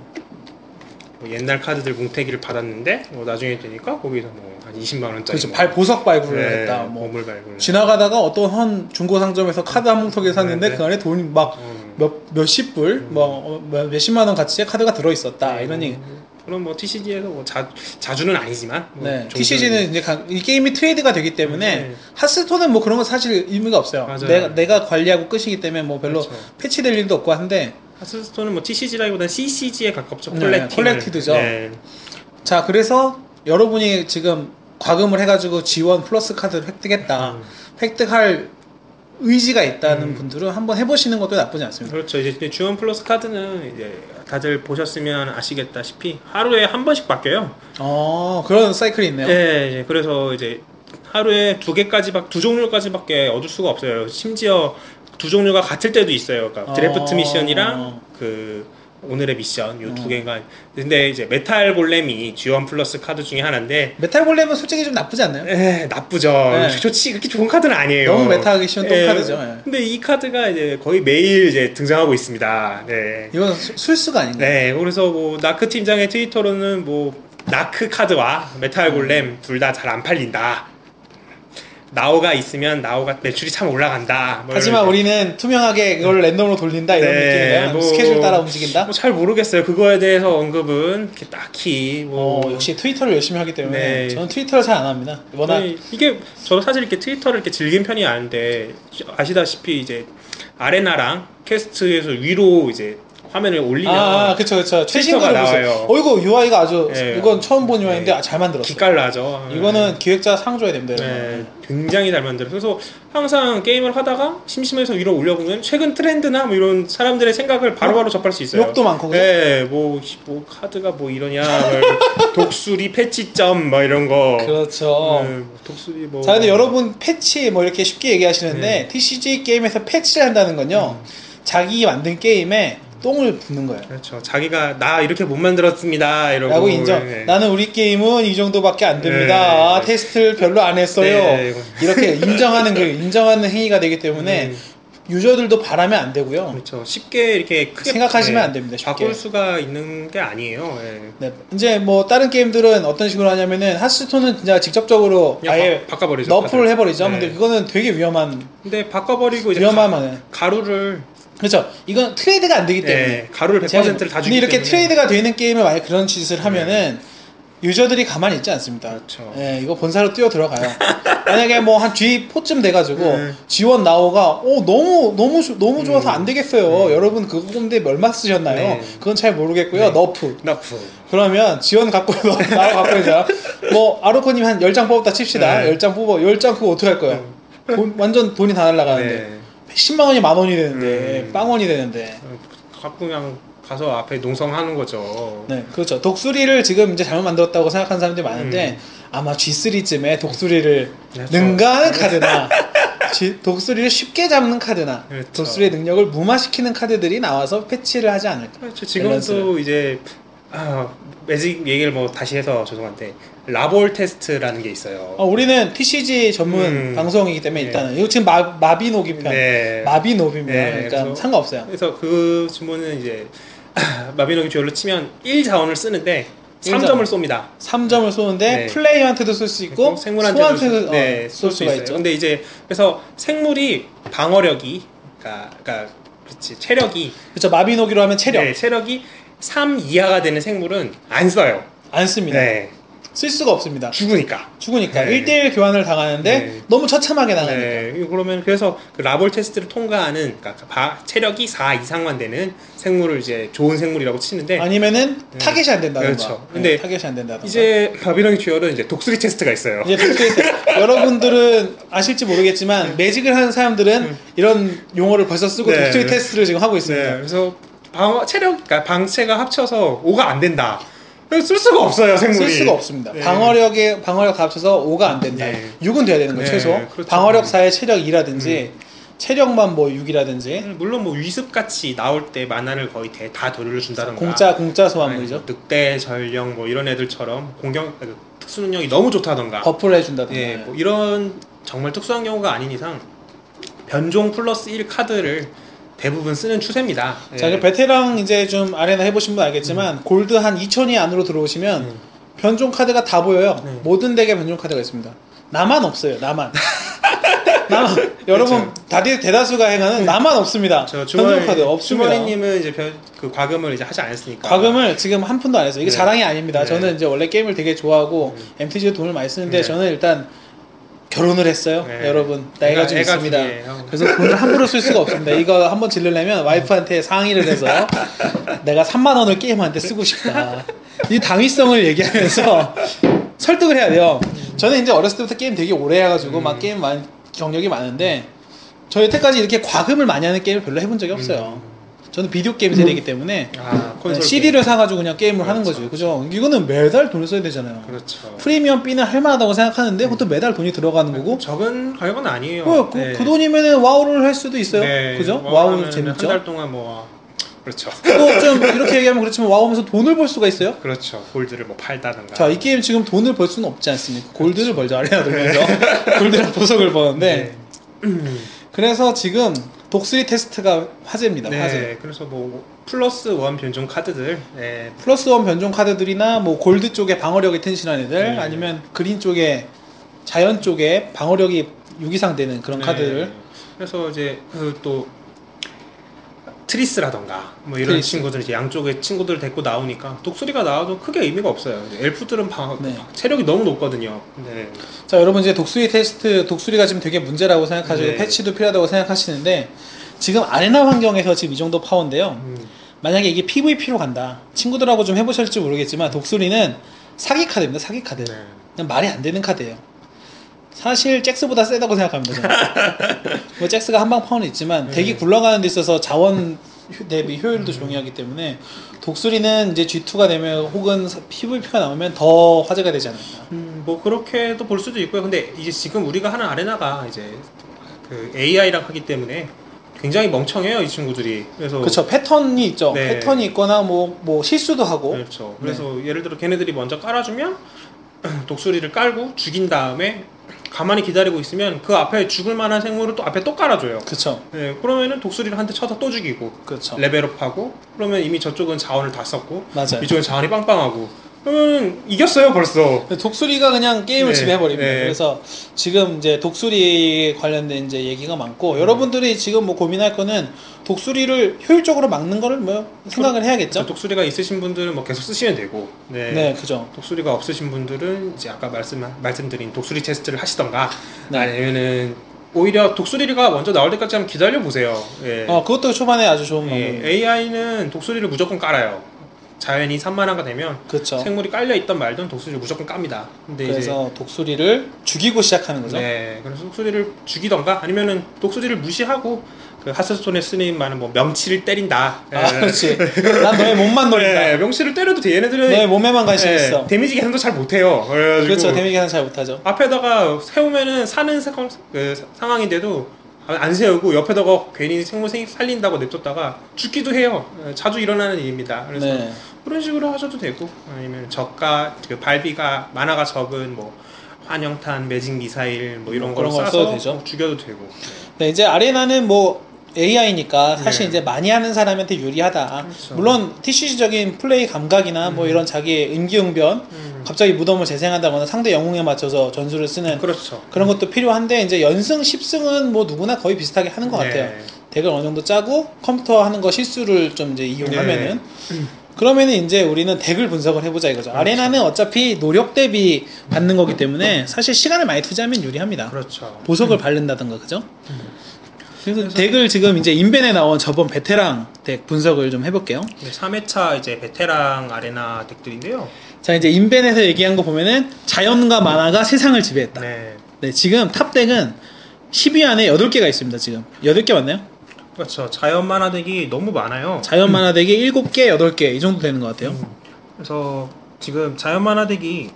뭐 옛날 카드들 뭉태기를 받았는데 뭐 나중에 되니까 거기서 뭐 한 20만 원짜리. 그렇죠 뭐. 발 보석 발굴을 네, 했다 뭐 보물 발굴. 지나가다가 어떤 한 중고 상점에서 카드 한 뭉텅이 샀는데 네. 그 안에 돈이 막 음. 몇, 몇십 불, 음. 네. 뭐, 어, 몇- 몇십만 원 가치의 카드가 들어있었다, 이런 얘기. 그럼 뭐 TCG에서 뭐 자, 자주는 아니지만 뭐 네. 종종- TCG는 이제 가- 이 게임이 트레이드가 되기 때문에 네. 하스톤은 뭐 그런 거 사실 의미가 없어요. 맞아요. 내가, 내가 관리하고 끝이기 때문에 뭐 별로 그렇죠. 패치될 일도 없고 한데 하스스톤은 뭐 TCG라기보다는 CCG에 가깝죠. 네, 콜렉팅. 콜렉티드죠. 자 그래서 여러분이 지금 과금을 해가지고 지원 플러스 카드를 획득했다 획득할 의지가 있다는 음. 분들은 한번 해보시는 것도 나쁘지 않습니다 그렇죠. 이제 주원 플러스 카드는 이제 다들 보셨으면 아시겠다시피 하루에 한 번씩 바뀌어요. 어 그런 사이클이 있네요 예, 예. 그래서 이제 하루에 두 개까지 두 종류까지밖에 얻을 수가 없어요. 심지어 두 종류가 같을 때도 있어요. 그러니까 드래프트 어. 미션이랑 그 오늘의 미션 이 두 어. 개가 근데 이제 메탈 골렘이 G1 플러스 카드 중에 하나인데 메탈 골렘은 솔직히 좀 나쁘지 않나요? 에 예, 나쁘죠. 네. 좋지 그렇게 좋은 카드는 아니에요. 너무 메타하기 쉬운 예, 똥카드죠 예. 근데 이 카드가 이제 거의 매일 이제 등장하고 있습니다. 네. 이건 수- 술수가 아닌가요? 네. 그래서 뭐 나크 팀장의 트위터로는 뭐 나크 카드와 메탈 골렘 둘 다 잘 안 팔린다. 나오가 있으면 나오가 매출이 참 올라간다. 뭐 하지만 이런- 우리는 투명하게 그걸 랜덤으로 돌린다 이런 음. 네, 느낌인가요? 뭐- 스케줄 따라 움직인다? 뭐잘 모르겠어요. 그거에 대해서 언급은 이렇게 딱히 어, 뭐 역시 트위터를 열심히 하기 때문에 네. 저는 트위터를 잘 안 합니다 워낙 네, 이게 저도 사실 이렇게 트위터를 이렇게 즐긴 편이 아닌데 아시다시피 이제 아레나랑 캐스트에서 위로 이제 화면을 올리면 아, 그쵸, 그쵸. 최신 트위터가 거를 보세요. 나와요. 어이구, UI가 아주, 예. 이건 처음 본 UI인데 예. 잘 만들었어. 기깔나죠. 그렇죠. 이거는 기획자 상 줘야 됩니다. 네, 여러분. 굉장히 잘 만들어요. 그래서 항상 게임을 하다가 심심해서 위로 올려보면 최근 트렌드나 뭐 이런 사람들의 생각을 바로바로 접할 수 있어요. 욕도 많고, 그죠? 네, 뭐, 뭐 카드가 뭐 (laughs) 이러냐, 뭐 독수리 패치점 뭐 이런 거. 그렇죠. 네, 독수리 뭐. 자, 근데 여러분 패치 뭐 이렇게 쉽게 얘기하시는데, 네. TCG 게임에서 패치를 한다는 건요, 자기 만든 게임에 똥을 붓는 거예요. 그렇죠. 자기가 나 이렇게 못 만들었습니다. 이러고 라고 인정. 네. 나는 우리 게임은 이 정도밖에 안 됩니다. 네. 테스트를 별로 안 했어요. 네, 이거. 이렇게 인정하는 그 인정하는 행위가 되기 때문에 음. 유저들도 바라면 안 되고요. 그렇죠. 쉽게 이렇게 크게 생각하시면 예, 안 됩니다. 쉽게. 바꿀 수가 있는 게 아니에요. 예. 네, 이제 뭐 다른 게임들은 어떤 식으로 하냐면은 하스톤은 진짜 직접적으로 그냥 아예 바, 바꿔버리죠. 너프를 다들. 해버리죠. 예. 근데 그거는 되게 위험한 근데 바꿔버리고 이제 위험한 만은 가, 루를 그렇죠. 이건 트레이드가 안 되기 때문에 가루를 제가- 100%를 네. 다 주기 근데 이렇게 때문에. 네. 트레이드가 되는 게임에 만약 그런 짓을 하면은 유저들이 가만히 있지 않습니다. 그렇죠. 예, 이거 본사로 뛰어 (laughs) 들어가요. 만약에 뭐 한 G4쯤 돼가지고 네. G1 나오가 오 너무 너무 좋- 너무 좋아서 음. 안 되겠어요. 여러분 그거 꼰대 얼마 쓰셨나요? 네. 그건 잘 모르겠고요. 네. 너프. 나프. 그러면 지원 갖고 (laughs) 너 나와 갖고 있자. 뭐 아로코님 한 10장 뽑았다 칩시다. 네. 10장 뽑아. 10장 그거 어떻게 할 거야? 돈- 완전 돈이 다 날라가는데. 네. 10만 원이 만 원이 되는데 음. 빵 원이 되는데. 갖고 그냥 가서 앞에 농성하는 거죠. 네, 그렇죠. 독수리를 지금 이제 잘못 만들었다고 생각하는 사람들이 많은데 아마 G3쯤에 독수리를 음. 그렇죠. 능가하는 (laughs) 카드나 지- 독수리를 쉽게 잡는 카드나 그렇죠. 독수리의 능력을 무마시키는 카드들이 나와서 패치를 하지 않을까. 그렇죠. 지금 또 밸런스를. 이제 아, 매직 얘기를 뭐 다시 해서 죄송한데 라볼 테스트라는 게 있어요. 어, 우리는 TCG 전문 음. 방송이기 때문에 네. 일단은 이거 지금 마, 마비노기 편, 네. 마비노비입니다. 네, 그러니까 그래서- 상관없어요. 그래서 그 주문은 이제 (clears throat) 마비노기 듀얼로 치면 1자원을 쓰는데 일 3점을 쏩니다. 3점을 쏘는데 네. 플레이어한테도 쏠 수 있고 그리고 소한테도 쏠- 어, 네, 쏠 쏠수 수가 있어요. 있죠. 근데 이제 그래서 생물이 방어력이 그러니까, 그러니까 그렇지 체력이 그렇죠. 마비노기로 하면 체력 네, 체력이 3 이하가 되는 생물은 안 써요. 안 씁니다. 네. 쓸 수가 없습니다. 죽으니까. 죽으니까 네. 일 1대1 교환을 당하는데 네. 너무 처참하게 당하니까 네, 그러면 그래서 그 라볼 테스트를 통과하는 그러니까 바- 체력이 4 이상만 되는 생물을 이제 좋은 생물이라고 치는데 아니면은 네. 타겟이 안 된다든가 그렇죠. 네, 근데 타겟이 안 된다든가 이제 바비랑이 듀얼은 이제 독수리 테스트가 있어요. 이제 독수리 때- (laughs) 여러분들은 아실지 모르겠지만 매직을 하는 사람들은 네. 이런 용어를 벌써 쓰고 네, 독수리 네. 테스트를 지금 하고 네, 있습니다 그래서 방어 체력 그러니까 방체가 합쳐서 5가 안 된다. 그래서 쓸 수가 없어요 생물이. 쓸 수가 없습니다 네. 방어력에 방어력 합쳐서 5가 안 된다 네. 6은 돼야 되는 거예요 네, 음. 최소 그렇죠. 방어력 4에 체력 2라든지 체력만 뭐 6이라든지 물론 뭐 위습 같이 나올 때 만화를 거의 대, 다 돌려 준다던가. 네. 공짜 공짜 아니, 소환물이죠 늑대 전령 뭐 이런 애들처럼 공격 그 특수 능력이 너무 좋다던가. 버프를 해준다든가 예, 뭐 이런 정말 특수한 경우가 아닌 이상 변종 플러스 1 카드를 대부분 쓰는 추세입니다. 예. 자, 그 베테랑 이제 좀 아레나 해보신 분 알겠지만 골드 한 2천이 안으로 들어오시면 음. 변종 카드가 다 보여요. 네. 모든 덱에 변종 카드가 있습니다. 나만 없어요. 나만. (laughs) 나만. 여러분 다들 대다수가 행하는 나만 없습니다. 그렇죠. 네. 저 변종 카드 없습니다. 주머니님은 이제 변, 그 과금을 이제 하지 않았으니까. 그러니까. 음. 과금을 지금 한 푼도 안 했어요. 이게 네. 자랑이 아닙니다. 네. 음. 저는 이제 원래 게임을 되게 좋아하고 MTG에 돈을 많이 쓰는데 네. 저는 일단 결혼을 했어요. 네. 여러분 나이가 좀 애가 있습니다. 둘이에요. 그래서 돈을 함부로 쓸 수가 없습니다. 이거 한번 질르려면 와이프한테 상의를 해서 (laughs) 내가 3만 원을 게임한테 쓰고 싶다. 이 당위성을 얘기하면서 (laughs) 설득을 해야 돼요. 음. 저는 이제 어렸을 때부터 게임 되게 오래 해가지고 막 게임 많이 경력이 많은데 저 여태까지 이렇게 과금을 많이 하는 게임을 별로 해본 적이 없어요. 음. 저는 비디오 게임 세대이기 때문에 아, 콘솔 CD를 사가지고 그냥 게임을 하는 그렇죠. 거죠. 그죠? 이거는 매달 돈을 써야 되잖아요. 게임. 그렇죠. 네. 프리미엄 B는 할만하다고 생각하는데 그것도 매달 돈이 들어가는 거고 그렇죠. 적은 가격은 아니에요. 뭐 그, 그, 그 돈이면은 와우를 할 수도 있어요. 그죠? 와우 재밌죠? 네. 한달 동안 뭐 그렇죠. (laughs) 또 좀 이렇게 얘기하면 그렇지만 와우면서 돈을 벌 수가 있어요. 그렇죠. 골드를 뭐 팔다든가. 자, 이 게임 지금 돈을 벌 수는 없지 않습니까? 그렇죠. 골드를 벌죠. 아레나 돌면서 네. (laughs) 골드랑 보석을 버는데 (clears throat) 그래서 지금 독수리 테스트가 화제입니다. 네, 화제. 그래서 뭐 플러스 원 변종 카드들 네, 플러스 원 변종 카드들이나 뭐 골드 쪽에 방어력이 튼실한 애들 네. 아니면 그린 쪽에 자연 쪽에 방어력이 6 이상 되는 그런 네. 카드를 그래서 이제 그 또 트리스라던가 뭐 이런 트리스. 친구들 이제 양쪽에 친구들 데리고 나오니까 독수리가 나와도 크게 의미가 없어요. 이제 엘프들은 방 네. 체력이 너무 높거든요. 네. 자 여러분 이제 독수리 테스트 독수리가 지금 되게 문제라고 생각하시고 네. 패치도 필요하다고 생각하시는데 지금 아레나 환경에서 지금 이 정도 파워인데요 음, 만약에 이게 PVP로 간다 친구들하고 좀 해보실지 모르겠지만 독수리는 사기 카드입니다 사기 카드 네. 그냥 말이 안 되는 카드예요 사실 잭스보다 세다고 생각합니다 저는. 뭐 잭스가 한방 파워는 있지만 대기 굴러가는 데 있어서 자원 효- 대비 효율도 중요하기 때문에 독수리는 이제 G2가 되면 혹은 PVP가 나오면 더 화제가 되지 않을까 음, 뭐 그렇게도 볼 수도 있고요. 근데 이제 지금 우리가 하는 아레나가 이제 그 AI랑 하기 때문에 굉장히 멍청해요 이 친구들이. 그래서 그렇죠 패턴이 있죠 네. 패턴이 있거나 뭐, 뭐 실수도 하고 그렇죠. (clears throat) 그래서 예를 들어 걔네들이 먼저 깔아주면 독수리를 깔고 죽인 다음에 가만히 기다리고 있으면 그 앞에 죽을 만한 생물을 또 앞에 또 깔아줘요. 그쵸. 네, 그러면은 독수리를 한 대 쳐서 또 죽이고 그쵸. 네. 레벨업하고 그러면 이미 저쪽은 자원을 다 썼고 맞아요. 이쪽은 자원이 빵빵하고 그러면 이겼어요 벌써. 근데 독수리가 그냥 게임을 네, 지배해버립니다. 네. 그래서 지금 이제 독수리 관련된 이제 얘기가 음. 많고 여러분들이 지금 뭐 고민할 거는 독수리를 효율적으로 막는 거를 뭐 생각을 해야겠죠. 독수리가 있으신 분들은 뭐 계속 쓰시면 되고. 그렇죠. 네. 네, 그죠. 독수리가 없으신 분들은 이제 아까 말씀 말씀드린 독수리 테스트를 하시던가 네. 아니면은 오히려 독수리가 먼저 나올 때까지 한번 기다려 보세요. 예. 어, 그것도 초반에 아주 네. 좋은 방법입니다. AI는 독수리를 무조건 깔아요. 자연이 산만화가 되면 그렇죠. 생물이 깔려 있던 말든 독수리를 무조건 깝니다. 근데 이제 그래서 독수리를 죽이고 시작하는 거죠. 네, 그래서 독수리를 죽이던가 아니면은 독수리를 무시하고 그 하스스톤에 쓰는 많은 뭐 명치를 때린다. 아, 그렇지. 난 너의 몸만 노린다. 네, 명치를 때려도 돼. 얘네들은 너의 몸에만 관심 예, 있어. 데미지 계산도 잘 못해요. 그래가지고 그렇죠. 데미 계산 잘 못하죠. 앞에다가 세우면은 사는 상황, 그 사- 상황인데도 안 세우고 옆에다가 괜히 생물 생- 살린다고 냅뒀다가 죽기도 해요. 예, 자주 일어나는 일입니다. 그래서 네. 그런 식으로 하셔도 되고 아니면 저가 그 발비가 만화가 적은 뭐 환영탄, 매직 미사일 뭐 이런 뭐 걸 그런 걸 쏴서 써도 되죠. 뭐 죽여도 되고. 네, 이제 아레나는 뭐 AI니까 사실 네. 이제 많이 하는 사람한테 유리하다. 그렇죠. 물론 TCG적인 플레이 감각이나 뭐 음. 이런 자기의 은기응변, 음, 갑자기 무덤을 재생한다거나 상대 영웅에 맞춰서 전술을 쓰는 그렇죠. 그런 것도 필요한데 이제 연승 10승은 뭐 누구나 거의 비슷하게 하는 것 네. 같아요. 덱을 어느 정도 짜고 컴퓨터 하는 거 실수를 좀 이제 이용하면은 음. 그러면은 이제 우리는 덱을 분석을 해보자 이거죠. 그렇죠. 아레나는 어차피 노력 대비 받는 거기 때문에 사실 시간을 많이 투자하면 유리합니다. 그렇죠. 보석을 바른다든가 그죠? 음. 그래서 덱을 지금 이제 인벤에 나온 저번 베테랑 덱 분석을 좀 해볼게요. 네, 3회차 이제 베테랑 아레나 덱들인데요. 자 이제 인벤에서 얘기한 거 보면은 자연과 만화가 세상을 지배했다. 네, 네. 지금 탑 덱은 10위 안에 8개가 있습니다. 지금 8개 맞나요? 그렇죠. 자연 만화 덱이 너무 많아요. 자연 만화 덱이 7개, 8개 이 정도 되는 것 같아요. 음. 그래서 지금 자연 만화 덱이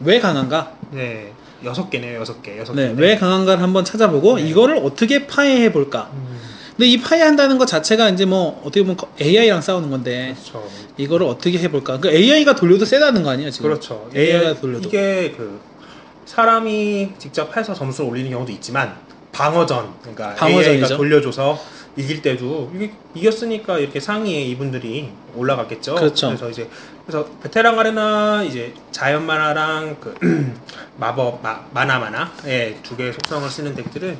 왜 강한가? 네, 여섯 개네요. 여섯 개. 여섯 개. 네, 왜 강한가를 한번 찾아보고 네. 이거를 어떻게 파해해 볼까? 음, 근데 이 파해한다는 것 자체가 이제 뭐 어떻게 보면 AI랑 싸우는 건데 그렇죠. 이거를 어떻게 해볼까? 그 AI가 돌려도 세다는 거 아니에요 지금? 그렇죠. AI가 이게- 네. 돌려도. 이게 그 사람이 직접 해서 점수를 올리는 경우도 있지만 방어전 그러니까 방어전이죠. AI가 돌려줘서 이길 때도 이게 이겼으니까 이렇게 상위에 이분들이 올라갔겠죠. 그렇죠. 래서 이제 그래서 베테랑 아레나 이제 자연 만화랑 그 (clears throat) 마법 마, 만화 만화 예두 개의 속성을 쓰는 덱들은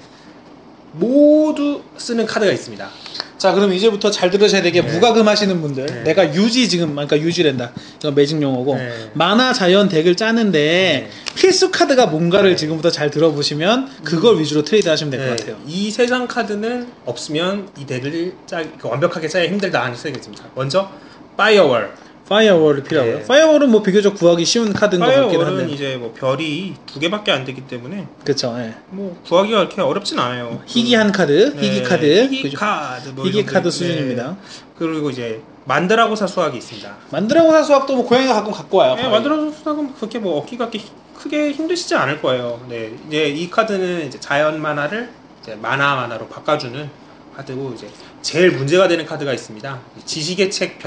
모두 쓰는 카드가 있습니다. 자 그럼 이제부터 잘 들으셔야 되게 네. 무과금 하시는 분들 네. 내가 유지 지금 그러니까 유지된다 이건 매직 용어고 네. 만화 자연 덱을 짜는데 필수 카드가 뭔가를 네. 지금부터 잘 들어보시면 그걸 위주로 트레이드 하시면 될 것 네, 같아요 이 세 장 카드는 없으면 이 덱을 짜, 그 완벽하게 짜야 힘들다 하는 쓰겠습니다. 먼저 파이어월. 파이어월이 필요하고요 네. 파이어월은 뭐 비교적 구하기 쉬운 카드인 것 같긴 파이어월은 한데 이제 뭐 별이 두 개밖에 안 되기 때문에 그쵸 예. 뭐 구하기가 그렇게 어렵진 않아요. 음, 희귀한 카드 그, 희귀 네, 카드 희귀 그죠? 카드, 뭐 희귀 이런 거. 카드 네. 수준입니다 그리고 이제 만드라고사 수학이 있습니다. 만드라고사 수학도 뭐 고양이가 가끔 갖고 와요 네, 거의. 만들어서 수학은 그렇게 뭐 얻기가 그렇게 히- 크게 힘드시지 않을 거예요. 네, 이제 이 카드는 이제 자연 만화를 이제 만화 만화로 바꿔주는 카드고 이제 제일 문제가 되는 카드가 있습니다. 지식의 책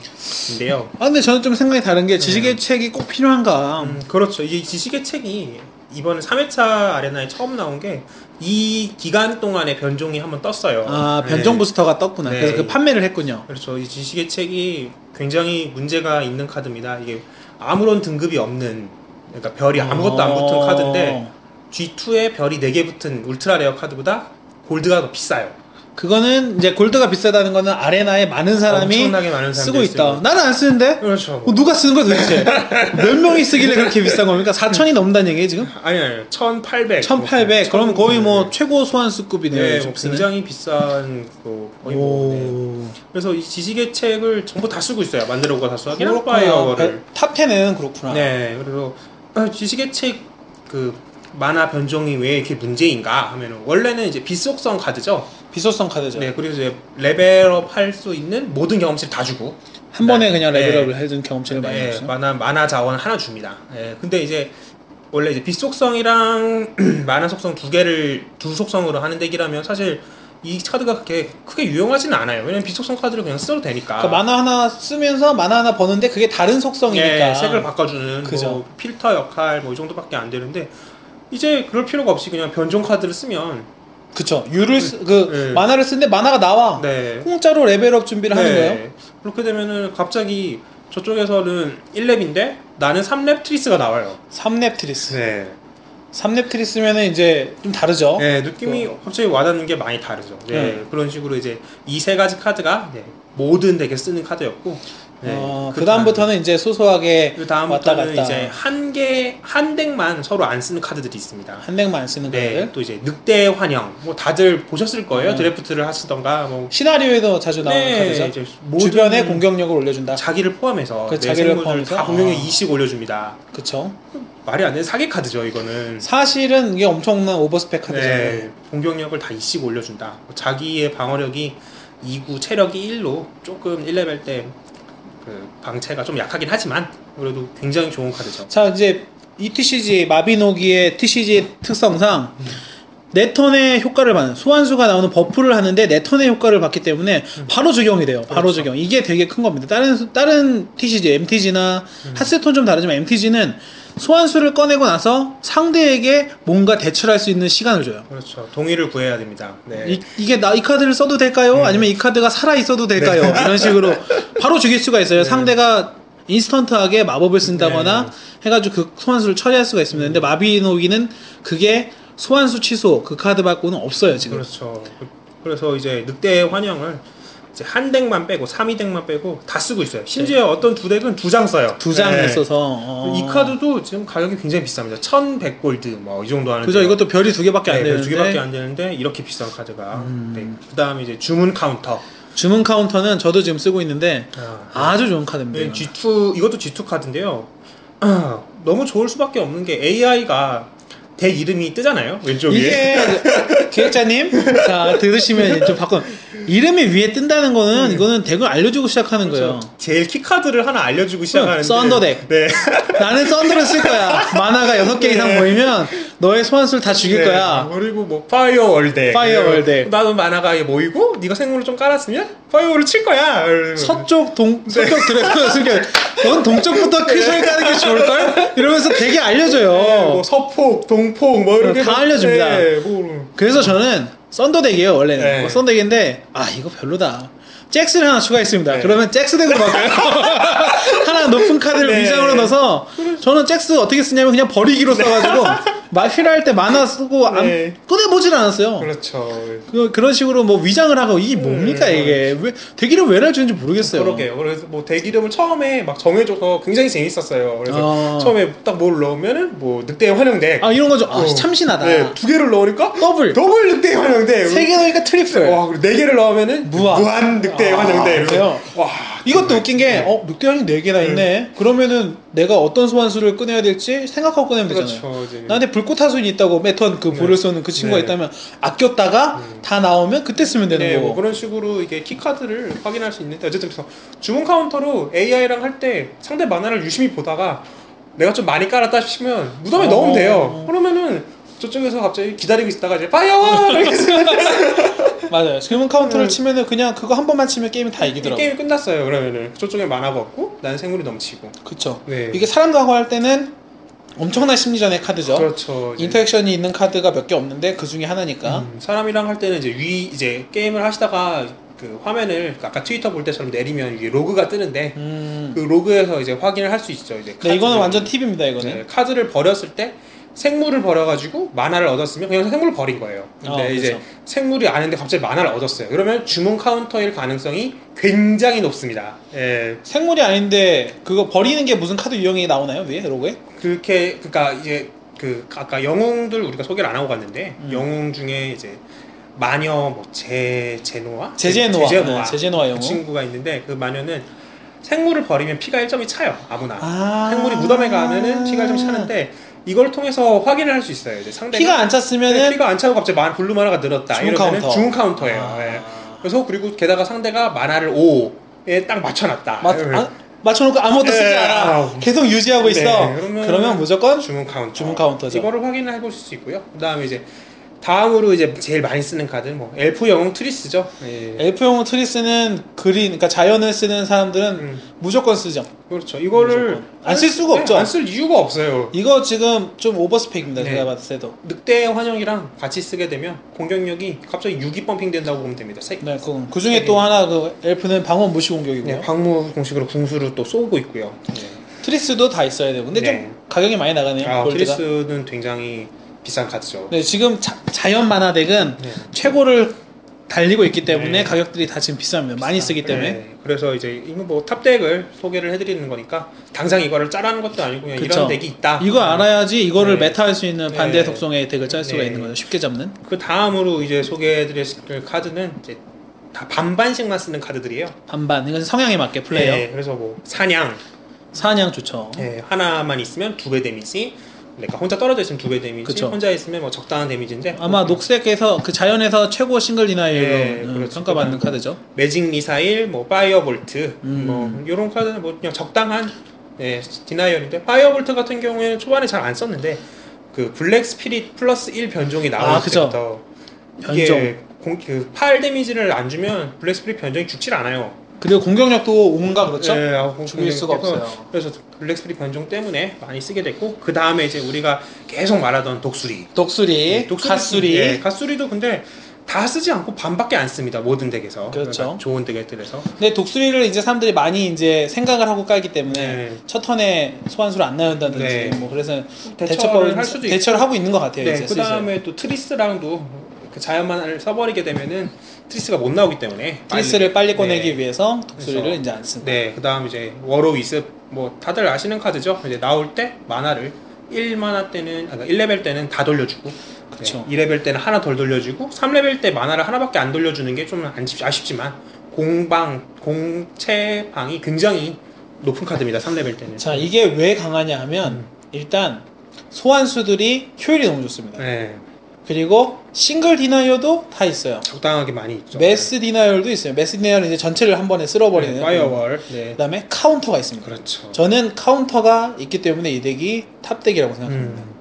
변종인데요. 아 근데 저는 좀 생각이 다른 게 지식의 책이 꼭 필요한가 네. 음, 그렇죠. 이 지식의 책이 이번에 3회차 아레나에 처음 나온 게 이 기간 동안에 변종이 한번 떴어요. 아 네. 변종 부스터가 떴구나 네. 그래서 그 판매를 했군요 그렇죠. 이 지식의 책이 굉장히 문제가 있는 카드입니다. 이게 아무런 등급이 없는 그러니까 별이 아무것도 안 붙은 어. 카드인데 G2에 별이 4개 붙은 울트라 레어 카드보다 골드가 더 비싸요. 그거는 이제 골드가 비싸다는 거는 아레나에 많은 사람이 엄청나게 많은 사람들이 쓰고 있다. 나는 안 쓰는데 그렇죠. 어, 누가 쓰는 거야 (laughs) 도대체? 몇 명이 쓰길래 그렇게 비싼 겁니까? 4천이 넘는다는 얘기예요 지금? 아니 아니 1,800. 1,800. 뭐, 그러면 거의 뭐 네. 최고 소환수급이네요. 네, 지금 뭐 쓰는. 굉장히 비싼 그 거의 뭐, 네. 오. 그래서 이 지식의 책을 전부 다 쓰고 있어요. 만들어고 다 써요. 그렇구나. 파이어를. 탑 10에는 그렇구나. 네, 그래서 (clears throat) 아, 지식의 책 그 만화 변종이 왜 이렇게 문제인가 하면은 원래는 이제 비속성 카드죠. 비소성 카드죠. 네, 그리고 이제 레벨업 할 수 있는 모든 경험치를 다 주고 한 번에 네. 그냥 네. 레벨업을 해준 경험치를 많이 네, 주죠. 만화 만화 자원 하나 줍니다. 예, 근데 이제 원래 이제 빛 속성이랑 (clears throat) 만화 속성 두 개를 두 속성으로 하는 덱이라면 사실 이 카드가 그렇게 크게 유용하지는 않아요. 왜냐면 빛 속성 카드를 그냥 써도 되니까. 그러니까 만화 하나 쓰면서 만화 하나 버는데 그게 다른 속성이니까. 예, 색을 바꿔주는 그죠. 뭐 필터 역할 뭐 이 정도밖에 안 되는데 이제 그럴 필요가 없이 그냥 변종 카드를 쓰면 그쵸. 유를 쓰, 그 네. 만화를 쓰는데 만화가 나와. 네. 공짜로 레벨업 준비를 아, 하는 거예요. 그렇게 되면은 갑자기 저쪽에서는 1렙인데 나는 3렙 트리스가 나와요. 3렙 트리스. 네. 3렙 트리스면은 이제 좀 다르죠. 네, 느낌이 갑자기 와닿는 게 많이 다르죠. 네, 어? 네. 그런 식으로 이제 이 세 가지 카드가 네, 모든 덱에 쓰는 카드였고, 네, 어, 그 그렇다는 다음부터는 이제 소소하게 그 왔다 다음부터는 갔다. 이제 한 개, 한 덱만 서로 안 쓰는 카드들이 있습니다. 한 덱만 안 쓰는 네, 거를 또 이제 늑대 환영, 뭐 다들 보셨을 거예요. 음. 드래프트를 하시던가 뭐 네, 시나리오에도 자주 나오는 카드죠. 이제 주변에 모든 공격력을 올려준다. 자기를 포함해서 그 내 자기를 생물들 포함해서? 다 공격력 아. 20 올려줍니다. 그쵸. 말이 안 되는 사기 카드죠, 이거는. 사실은 이게 엄청난 오버스펙 카드잖아요. 네, 공격력을 다 2씩 올려준다. 뭐 자기의 방어력이 2구 체력이 1로 조금 1레벨 때 그 방체가 좀 약하긴 하지만 그래도 굉장히 좋은 카드죠. 자 이제 이 TCG 마비노기의 TCG 특성상 내 턴의 효과를 받는 소환수가 나오는 버프를 하는데 내 턴의 효과를 받기 때문에 바로 적용이 돼요. 바로 그렇죠. 적용. 이게 되게 큰 겁니다. 다른 수- 다른 TCG, MTG나 음. 핫세톤 좀 다르지만 MTG는 소환수를 꺼내고 나서 상대에게 뭔가 대처할 수 있는 시간을 줘요. 그렇죠. 동의를 구해야 됩니다. 네. 이, 게 나 이 카드를 써도 될까요? 네. 아니면 이 카드가 살아 있어도 될까요? 이런 식으로 바로 죽일 수가 있어요. 네. 상대가 인스턴트하게 마법을 쓴다거나 네. 해가지고 그 소환수를 처리할 수가 있습니다. 근데 마비노기는 그게 소환수 취소 그 카드 받고는 없어요 지금. 그렇죠. 그래서 이제 늑대의 환영을 이제 한 덱만 빼고 3이 덱만 빼고 다 쓰고 있어요. 심지어 어떤 두 덱은 두 장 써요. 네. 두 장을 네. 써서 어. 이 카드도 지금 가격이 굉장히 비쌉니다. 1,100골드 뭐 이 정도 하는데. 그죠? 이것도 별이 두 개밖에 안 네, 되는데 두 개밖에 안 되는데 이렇게 비싼 카드가. 음. 네. 그다음에 이제 주문 카운터. 주문 카운터는 저도 지금 쓰고 있는데 아주 좋은 카드입니다. 네, G2 이것도 G2 카드인데요. (clears throat) 아, 너무 좋을 수밖에 없는 게 AI가 덱 이름이 뜨잖아요. 왼쪽 위에. 이게 그 기획자님 자 들으시면 좀 바꿔 이름이 위에 뜬다는 거는 네. 이거는 덱을 알려주고 시작하는 그렇죠. 거예요. 제일 키 카드를 하나 알려주고 시작하는데. 썬더덱. 네. 나는 썬더를 쓸 거야. 만화가 6개 이상 모이면 너의 소환수를 다 죽일 네. 거야. 그리고 뭐 파이어월 덱. 파이어월 덱. 나도 만화가 이게 모이고 네가 생물을 좀 깔았으면 파이어월을 칠 거야. 서쪽 동 네. 서쪽 드래곤 쓸게. 넌 동쪽부터 큰 소리 까는 게 좋을 걸? 이러면서 되게 네, 알려줘요. 뭐 서폭, 동폭 뭐 이렇게 다 알려줍니다. 네, 뭐 그래서 저는 썬더덱이에요 원래는 네. 뭐 썬더덱인데 아 이거 별로다. 잭스를 하나 추가했습니다. 네. 그러면 잭스덱으로 (laughs) 바꿔요. 하나 높은 카드를 네. 위장으로 넣어서 저는 잭스 어떻게 쓰냐면 그냥 버리기로 (laughs) 써가지고 마 필요할 때 만화 쓰고 안 네. 꺼내보질 않았어요. 그렇죠. 그, 그런 식으로 뭐 위장을 하고 이게 뭡니까 음. 이게 왜 대기를 왜 해주는지 모르겠어요. 그러게요. 그래서 뭐 덱 이름을 처음에 막 정해줘서 굉장히 재밌었어요. 그래서 아. 처음에 딱 뭘 넣으면은 뭐 늑대 환영덱. 아 이런 거죠. 아 어. 참신하다. 네, 두 개를 넣으니까 더블 더블 늑대 환영덱. 세 개 넣으니까 트리플. 와, 그리고 네 개를 넣으면은 무한. 늑대 아, 환영덱. 그래요? 와, 이것도 웃긴 게 어, 늑대형이 네 개나 있네. 그러면은 내가 어떤 소환수를 꺼내야 될지 생각하고 꺼내면 되잖아요. 그렇죠. 이제. 나한테 불꽃 하수인이 있다고 매턴 그 네. 불을 쏘는 그 친구가 네. 있다면 아꼈다가 음. 다 나오면 그때 쓰면 되는 네, 거고. 뭐 그런 식으로 이게 키 카드를 확인할 수 있는데 어쨌든 그래서 주문 카운터로 AI랑 할 때 상대 만화를 유심히 보다가 내가 좀 많이 깔았다 싶으면 무덤에 어. 넣으면 돼요. 그러면은 저쪽에서 갑자기 기다리고 있다가 이제 파이어와 (laughs) 이렇게 해서 (laughs) 맞아요. 지금 카운터를 음. 치면은 그냥 그거 한 번만 치면 게임이 다 이 이기더라고. 요 게임이 끝났어요. 그러면은 저쪽에 만화가 없고 난 생물이 넘치고. 그쵸. 네. 이게 사람과고 할 때는 엄청난 심리전의 카드죠. 그렇죠. 이제. 인터액션이 있는 카드가 몇 개 없는데 그 중에 하나니까. 음, 사람이랑 할 때는 이제 위 이제 게임을 하시다가 그 화면을 아까 트위터 볼 때처럼 내리면 이게 로그가 뜨는데 음. 그 로그에서 이제 확인을 할 수 있죠. 이제 네, 이거는 카드를. 완전 팁입니다, 이거는. 네, 카드를 버렸을 때 생물을 버려가지고 만화를 얻었으면 그냥 생물을 버린 거예요. 근데 어, 이제 그렇죠. 생물이 아닌데 갑자기 만화를 얻었어요. 그러면 주문 카운터일 가능성이 굉장히 높습니다. 예, 생물이 아닌데 그거 버리는 게 무슨 카드 유형이 나오나요, 위에 로고에? 그렇게 그러니까 이제 그 아까 영웅들 우리가 소개를 안 하고 갔는데 음. 영웅 중에 이제 마녀 뭐제 제노아 제제노아. 제제노아 네, 제제노아 그 영웅. 친구가 있는데 그 마녀는 생물을 버리면 피가 1점이 차요 아무나 아. 생물이 무덤에 가면은 피가 좀 차는데 이걸 통해서 확인을 할 수 있어요 이제 상대가 피가 안 네, 찼으면은 피가 안 차고 갑자기 만 블루 만화가 늘었다 주문 이러면 카운터. 주문 카운터예요 예. 아. 그래서 그리고 게다가 상대가 만화를 5에 딱 맞춰놨다 맞, 이러면 아, 맞춰놓고 아무것도 네, 쓰지 않아. 아우. 계속 유지하고 있어. 네, 그러면, 그러면- 무조건 주문 카운터. 주문 카운터죠. 이거를 확인해 보실 수 있고요. 그다음에 이제 다음으로 이제 제일 많이 쓰는 카드 뭐 엘프 영웅 트리스죠. 예. 엘프 용호 트리스는 그린, 그러니까 자연을 쓰는 사람들은 음, 무조건 쓰죠. 그렇죠. 이거를 네, 안 쓸 수가 없죠. 안 쓸 이유가 없어요. 이거 지금 좀 오버스펙입니다. 네. 제가 봤을 때도. 늑대 환영이랑 같이 쓰게 되면 공격력이 갑자기 6이 펌핑 된다고 보면 됩니다. 세- 네, 그, 그 중에 또 하나 그 엘프는 방어 무시 공격이고요. 네, 방무 공식으로 궁수를 또 쏘고 있고요. 트리스도 다 있어야 되고. 근데 네. 좀 가격이 많이 나가네요. 아, 골드가. 트리스는 굉장히 비싼 카드죠. 네, 지금 자, 연 만화덱은 네. 최고를 달리고 있기 때문에 네. 가격들이 다 지금 비쌉니다. 많이 쓰기 때문에. 네, 그래서 이제 이거 뭐 탑덱을 소개를 해드리는 거니까 당장 이거를 짜라는 것도 아니고 그냥 그쵸. 이런 덱이 있다. 이거 알아야지 이거를 네. 메타할 수 있는 반대 네. 독성의 덱을 짤 수가 네. 있는 거죠. 쉽게 잡는. 그 다음으로 이제 소개해드릴 카드는 이제 다 반반씩만 쓰는 카드들이에요. 반반. 이건 성향에 맞게 플레이어. 어? 네, 그래서 뭐 사냥 사냥 좋죠. 네, 하나만 있으면 두 배 데미지. 그러니까 혼자 떨어져 있으면 두 배 데미지. 그쵸. 혼자 있으면 뭐 적당한 데미지인데. 아마 녹색에서 그 자연에서 최고 싱글 디나이로 네, 음, 그렇죠. 평가받는 카드죠. 매직 미사일, 뭐 파이어볼트, 음. 뭐 이런 카드는 뭐 그냥 적당한 네, 디나이얼인데 파이어볼트 같은 경우에는 초반에 잘 안 썼는데 그 블랙 스피릿 플러스 1 변종이 나올 아, 그죠. 때부터 이게 변종. 공, 그, 8 데미지를 안 주면 블랙 스피릿 변종이 죽질 않아요. 그리고 공격력도 5인가 그렇죠? 예, 아, 공- 죽일 수가 그래서- 없어요. 그래서 블랙 스피릿 변종 때문에 많이 쓰게 됐고 그 다음에 이제 우리가 계속 말하던 독수리, 독수리, 독수리- 갓수리. 예, 갓수리도 근데 다 쓰지 않고 반밖에 안 씁니다 모든 덱에서. 그러니까 그렇죠. 좋은 덱들에서. 근데 독수리를 이제 사람들이 많이 이제 생각을 하고 깔기 때문에 네. 첫 턴에 소환수를 안 나온다든지 네. 뭐 그래서 대처를 대처법을 할 수도 있고. 대처를 하고 있는 것 같아요. 네, 이제 그 슬슬. 다음에 또 트리스랑도 그 자연만을 써버리게 되면은 트리스가 못 나오기 때문에 트리스를 빨리 꺼내기 네. 위해서 독수리를 그래서- 이제 안 쓴다. 네, 그다음 이제 워로 이습 뭐 다들 아시는 카드죠. 이제 나올 때 만화를 1만화 때는 아, 1레벨 때는 다 돌려주고 네, 그쵸. 2레벨 때는 하나 덜 돌려주고 3레벨 때 만화를 하나밖에 안 돌려주는 게 좀 아쉽지만 공방 공체방이 굉장히 높은 카드입니다. 3레벨 때는. 자 이게 왜 강하냐 하면 음. 일단 소환수들이 효율이 너무 좋습니다. 네, 그리고 싱글 디나이어도 다 있어요. 적당하게 많이 있죠. 메스 디나이얼도 있어요. 메스 디나이얼은 이제 전체를 한 번에 쓸어버리는. 그렇죠. 네, 파이어월. 네. 그다음에 카운터가 있습니다. 그렇죠. 저는 카운터가 있기 때문에 이 덱이 탑 덱이라고 생각합니다. 음.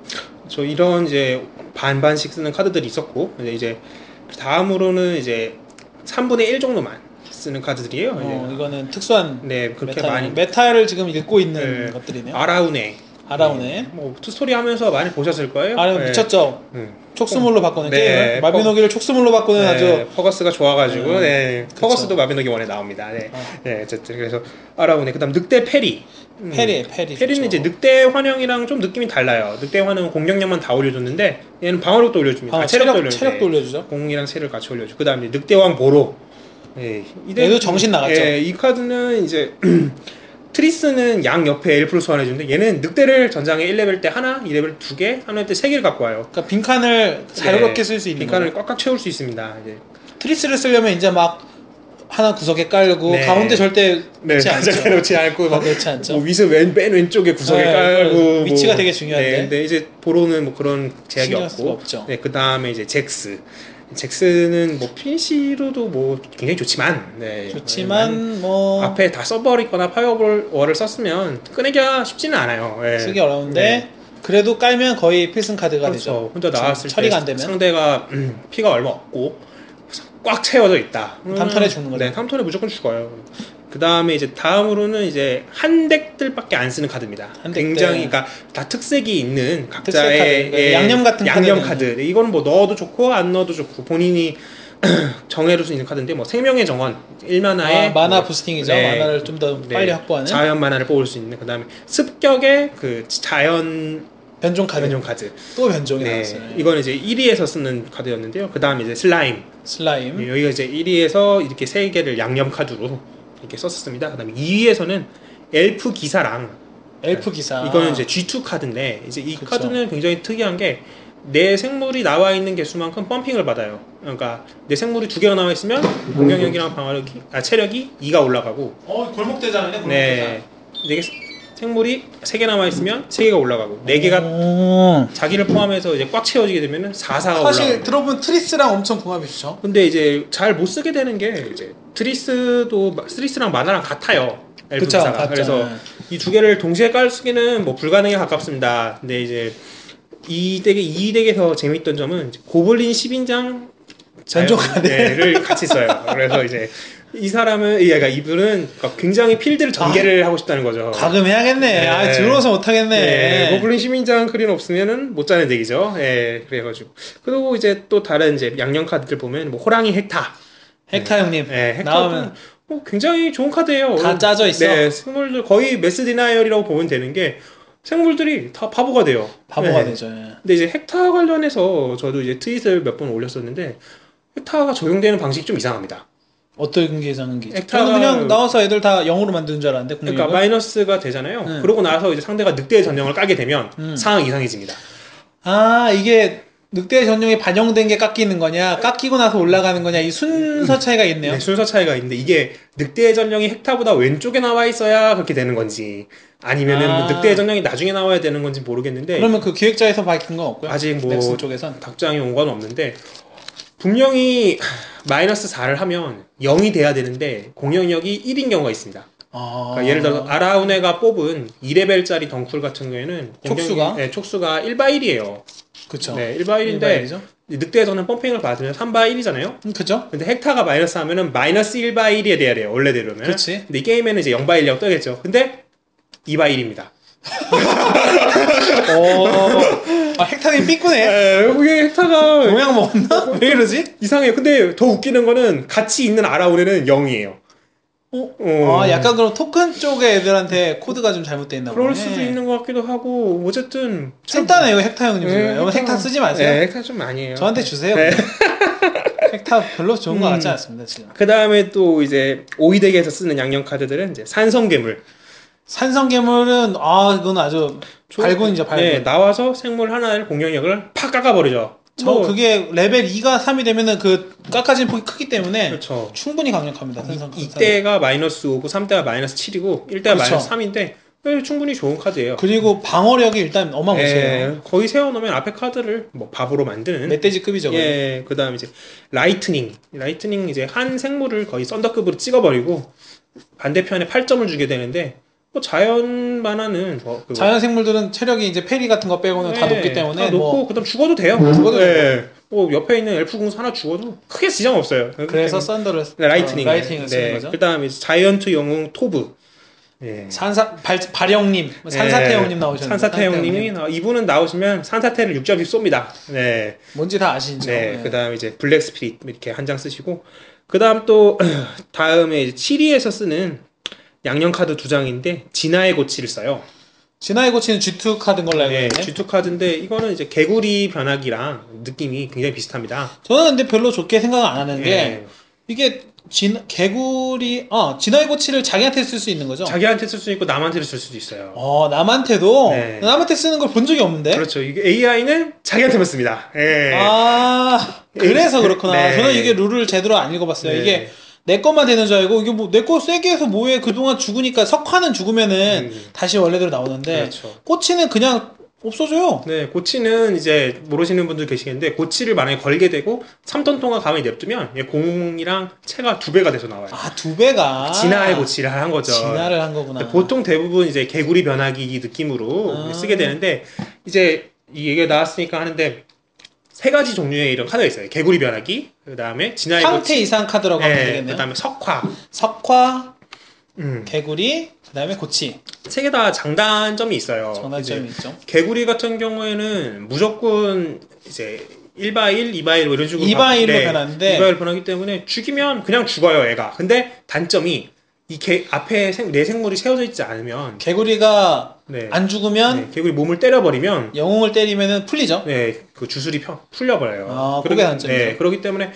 저 이런 이제 반반씩 쓰는 카드들이 있었고 근데 이제 그 다음으로는 이제 3분의 1 정도만 쓰는 카드들이에요. 어, 이제 이거는 특수한 네 예. 그렇게 메타, 많이 메타를 지금 읽고 있는 네. 것들이네요. 아라운에 아라운에 뭐 투스토리 하면서 많이 보셨을 거예요. 아라 네. 미쳤죠. 음. 촉수물로 바꾸는 네. 게임을 마비노기를 촉수물로 바꾸는 네, 아주 퍼거스가 좋아가지고 음, 네, 그쵸. 퍼거스도 마비노기 원에 나옵니다. 네, 어. 네 어쨌든 그래서 아라운에 그다음 늑대 페리 음. 페리에 페리. 페리는 좋죠. 이제 늑대 환영이랑 좀 느낌이 달라요. 늑대 환영은 공격력만 다 올려줬는데 얘는 방어력도 올려줍니다. 아, 아, 체력 체력도 체력도, 올려줘요. 올려주죠. 공이랑 채를 같이 올려줘. 그 다음에 늑대왕 보로. 예, 이대- 얘도 정신 나갔죠. 예, 이 카드는 이제 (clears throat) 트리스는 양 옆에 엘프를 소환해주는데 얘는 늑대를 전장에 1레벨 때 하나, 2레벨 두 개, 3레벨 때 세 개를 갖고 와요. 그러니까 빈칸을 자유롭게 네, 쓸 수 있는 빈칸을 꽉꽉 채울 수 있습니다. 이제. 거죠. 트리스를 쓰려면 이제 막 하나 구석에 깔고 네. 가운데 절대 네, 놓지 않죠. 전장에 놓지 않고 아, 막 그렇지 않죠. 뭐 위스 왼, 맨 왼쪽에 구석에 네, 깔고 위치가 뭐. 되게 중요한데. 네, 근데 이제 보로는 뭐 그런 제약이 신경 쓸 수가 없고 없죠. 네, 그 다음에 이제 잭스 잭스는 뭐 PC로도 뭐 굉장히 좋지만 네, 좋지만 뭐 앞에 다 써버리거나 파이어볼 월을 썼으면 꺼내기가 쉽지는 않아요. 예. 쓰기 어려운데 네. 그래도 깔면 거의 필승 카드가 되죠. 그렇죠. 혼자 나왔을 때 처리가 안 되면? 상대가 음, 피가 얼마 없고 꽉 채워져 있다. 그럼 탐턴에 죽는 거죠. 네, 탐턴에 무조건 죽어요. 그 다음에 이제 다음으로는 이제 한 덱들밖에 안 쓰는 카드입니다. 한 덱들. 굉장히 그러니까 다 특색이 특색 있는 카드, 각자의 예, 그러니까 양념 같은 양념 카드는. 카드. 네, 이거는 뭐 넣어도 좋고 안 넣어도 좋고 본인이 (clears throat) 정해줄 수 있는 카드인데 뭐 생명의 정원 아, 1만화에 마나 부스팅이죠. 네. 마나를 좀 더 네, 빨리 확보하는 자연 만화를 뽑을 수 있는 그다음에 습격의 그 자연 변종 카드. 변종 카드. 또 변종이 네, 나왔어요. 이건 이제 1위에서 쓰는 카드였는데요. 그다음에 이제 슬라임. 슬라임. 네, 여기가 이제 1위에서 이렇게 세 개를 양념 카드로 이렇게 썼습니다. 그다음에 2위에서는 엘프 기사랑 엘프 기사. 네. 이거는 이제 G2 카드인데 이제 이 아. 그쵸. 카드는 굉장히 특이한 게 내 생물이 나와 있는 개수만큼 펌핑을 받아요. 그러니까 내 생물이 두 개가 나와 있으면 공격력이랑 방어력이 아 체력이 2가 올라가고 어 골목 대장이네 골목 네. 네개 생물이 세 개 남아 있으면 세 개가 올라가고 네 개가 대장. 자기를 포함해서 이제 꽉 채워지게 되면은 4사가 사실 올라가고. 들어본 트리스랑 엄청 궁합이 좋죠. 근데 이제 잘 못 쓰게 되는 게 이제 트리스도 마- 트리스랑 마나랑 같아요. 엘프 그쵸, 기사가. 같죠. 그래서 네. 이 두 개를 동시에 깔 쓰기는 뭐 불가능에 가깝습니다. 근데 이제 이 덱에 이 덱에서 재밌던 점은 이제 고블린 10인장 전조 네. 카드를 같이 써요. 그래서 이제 이 사람은 얘가 이분은 그러니까 굉장히 필드를 아. 전개를 하고 싶다는 거죠. 과금해야겠네. 아, 네. 들어서 못하겠네. 예, 고블린 시민장 크린 없으면은 못 짜는 덱이죠. 예, 그래가지고 그리고 이제 또 다른 이제 양념 카드들 보면 뭐 호랑이 헥타, 헥타 형님. 예, 헥타는 나오면. 뭐 굉장히 좋은 카드예요. 다 짜져 있어? 네, 생물들 거의 메스 디나이얼이라고 보면 되는 게 생물들이 다 바보가 돼요. 바보가 예. 되죠. 예. 근데 이제 헥타 관련해서 저도 이제 트윗을 몇 번 올렸었는데 헥타가 적용되는 방식이 좀 이상합니다. 어떤 게 이상한 게 있죠? 헥타가- 저는 그냥 나와서 애들 다 영어로 만드는 줄 알았는데 그러니까 국력을. 마이너스가 되잖아요. 네. 그러고 나서 이제 상대가 늑대의 전령을 까게 되면 음. 상황 이상해집니다. 아 이게 늑대 전용에 반영된 게 깎이는 거냐 깎이고 나서 올라가는 거냐 이 순서 차이가 있네요 네, 순서 차이가 있는데 이게 늑대의 전령이 헥타보다 왼쪽에 나와 있어야 그렇게 되는 건지 아니면은 아. 뭐 늑대의 전령이 나중에 나와야 되는 건지 모르겠는데 그러면 그 기획자에서 밝힌 건 없고요 네. 아직 뭐 넥슨 쪽에선 답장이 온 건 없는데 분명히 마이너스 4를 하면 0이 돼야 되는데 공영역이 1인 경우가 있습니다. 아... 그러니까 예를 들어서 아라우네가 뽑은 2레벨짜리 덩쿨 같은 경우에는 공격력- 촉수가? 네, 촉수가 1바1이에요. 그쵸 네, 1바1인데 일반인이죠? 늑대에서는 펌핑을 받으면 3바1이잖아요. 음, 그쵸 근데 헥타가 마이너스 하면은 마이너스 1바 1이 돼야 돼요. 원래대로면. 그치. 근데 이 게임에는 이제 0바 1이라고 떠겠죠. 근데 2바 1입니다. 어. 오... (laughs) 아 헥타님 삐꾸네 이게 헥타가 동양 먹었나? (laughs) 왜 이러지? 이상해요. 근데 더 웃기는 거는 같이 있는 아라운에는 0이에요. 어? 어. 아 약간 그럼 토큰 쪽의 애들한테 코드가 좀 잘못돼 있나 보네 그럴 수도 있는 것 같기도 하고 어쨌든 참- 셋다네요 헥타 형님 예, 지금 여러분 헥타 쓰지 마세요 예, 헥타 좀 아니에요. 저한테 주세요 네. 헥타 별로 좋은 것 음. 같지 않습니다 지금 (laughs) 그 다음에 또 이제 오이덱에서 쓰는 양념 카드들은 이제 산성괴물. 산성괴물은 아 이건 아주 발군이죠 발군 네, 나와서 생물 하나를 공격력을 팍 깎아버리죠. 뭐 저 그게 레벨 2가 3이 되면은 그 깎아진 폭이 크기 때문에 그렇죠. 충분히 강력합니다. 산성 감사합니다. 2대가 마이너스 5고 3대가 마이너스 7이고 1대가 그쵸. 마이너스 3인데 그 충분히 좋은 카드예요. 그리고 방어력이 일단 어마무시해요. 네, 예, 거의 세워놓으면 앞에 카드를 뭐 밥으로 만드는 멧돼지급이죠. 거의. 예, 그 다음 이제 라이트닝 라이트닝 이제 한 생물을 거의 썬더급으로 찍어버리고 반대편에 8점을 주게 되는데 뭐 자연 만화는 뭐 그거- 자연 생물들은 체력이 이제 페리 같은 거 빼고는 다 예, 높기 때문에 다 높고 뭐 그다음 죽어도 돼요. 죽어도 예, 뭐 옆에 있는 엘프 궁사 하나 죽어도 크게 지장 없어요. 그래서 썬더를 네, 라이트닝 아, 라이팅을 쓰는 네, 거죠. 그다음에 자이언트 영웅 토브 예. 산사 발 발영님, 뭐 산사태 형님 나오셨는데 산사태 산사태 형님이 나- 이분은 나오시면 산사태를 6점씩 쏩니다. 네, 뭔지 다 아시죠? 네. 예. 그다음 이제 블랙 스피릿 이렇게 한 장 쓰시고 그다음 또 (clears throat) 다음에 이제 7위에서 쓰는 양념 카드 두 장인데 진화의 고치를 써요. 진화의 고치는 G2 카드인 걸로 알고 네, 있는데 G2 카드인데 이거는 이제 개구리 변하기랑 느낌이 굉장히 비슷합니다. 저는 근데 별로 좋게 생각 안 하는 게 예. 이게 진 개구리 아 진화의 고치를 자기한테 쓸 수 있는 거죠? 자기한테 쓸 수 있고 남한테 쓸 수도 있어요. 어 남한테도 네. 남한테 쓰는 걸 본 적이 없는데 그렇죠. 이게 AI는 자기한테만 씁니다. 예. 아 그래서 그렇구나 네. 저는 이게 룰을 제대로 안 읽어봤어요 네. 이게 내 것만 되는 줄 알고 이게 뭐 내 거 세게 해서 뭐해 그동안 죽으니까 석화는 죽으면은 음. 다시 원래대로 나오는데 그렇죠. 꼬치는 그냥 없어져요 네, 고치는 이제 모르시는 분들 계시겠는데 고치를 만약에 걸게 되고 3톤 동안 가만히 냅두면 얘 공이랑 체가 두 배가 돼서 나와요. 아 두 배가 진화의 고치를 한 거죠. 진화를 한 근데 거구나 보통 대부분 이제 개구리 변하기 느낌으로 아. 쓰게 되는데 이제 이 얘기가 나왔으니까 하는데 세 가지 종류의 이런 카드가 있어요. 개구리 변하기, 그 다음에 진화의 상태 고치, 이상 카드라고 하면 되겠네요 그 다음에 석화. 석화 음. 개구리 그다음에 고치 세 개 다 장단점이 있어요. 장단점이 있죠 개구리 같은 경우에는 무조건 이제 1바 1, 2바 1 이런 식으로 2바 1로 변하는데 2바 1 변하기 때문에 죽이면 그냥 죽어요, 애가. 근데 단점이 이 개 앞에 생, 내 생물이 세워져 있지 않으면 개구리가 네. 안 죽으면 네, 개구리 몸을 때려 버리면 영웅을 때리면은 풀리죠 네, 그 주술이 펴, 풀려버려요. 아, 그러기- 그게 단점이죠. 네, 그렇기 때문에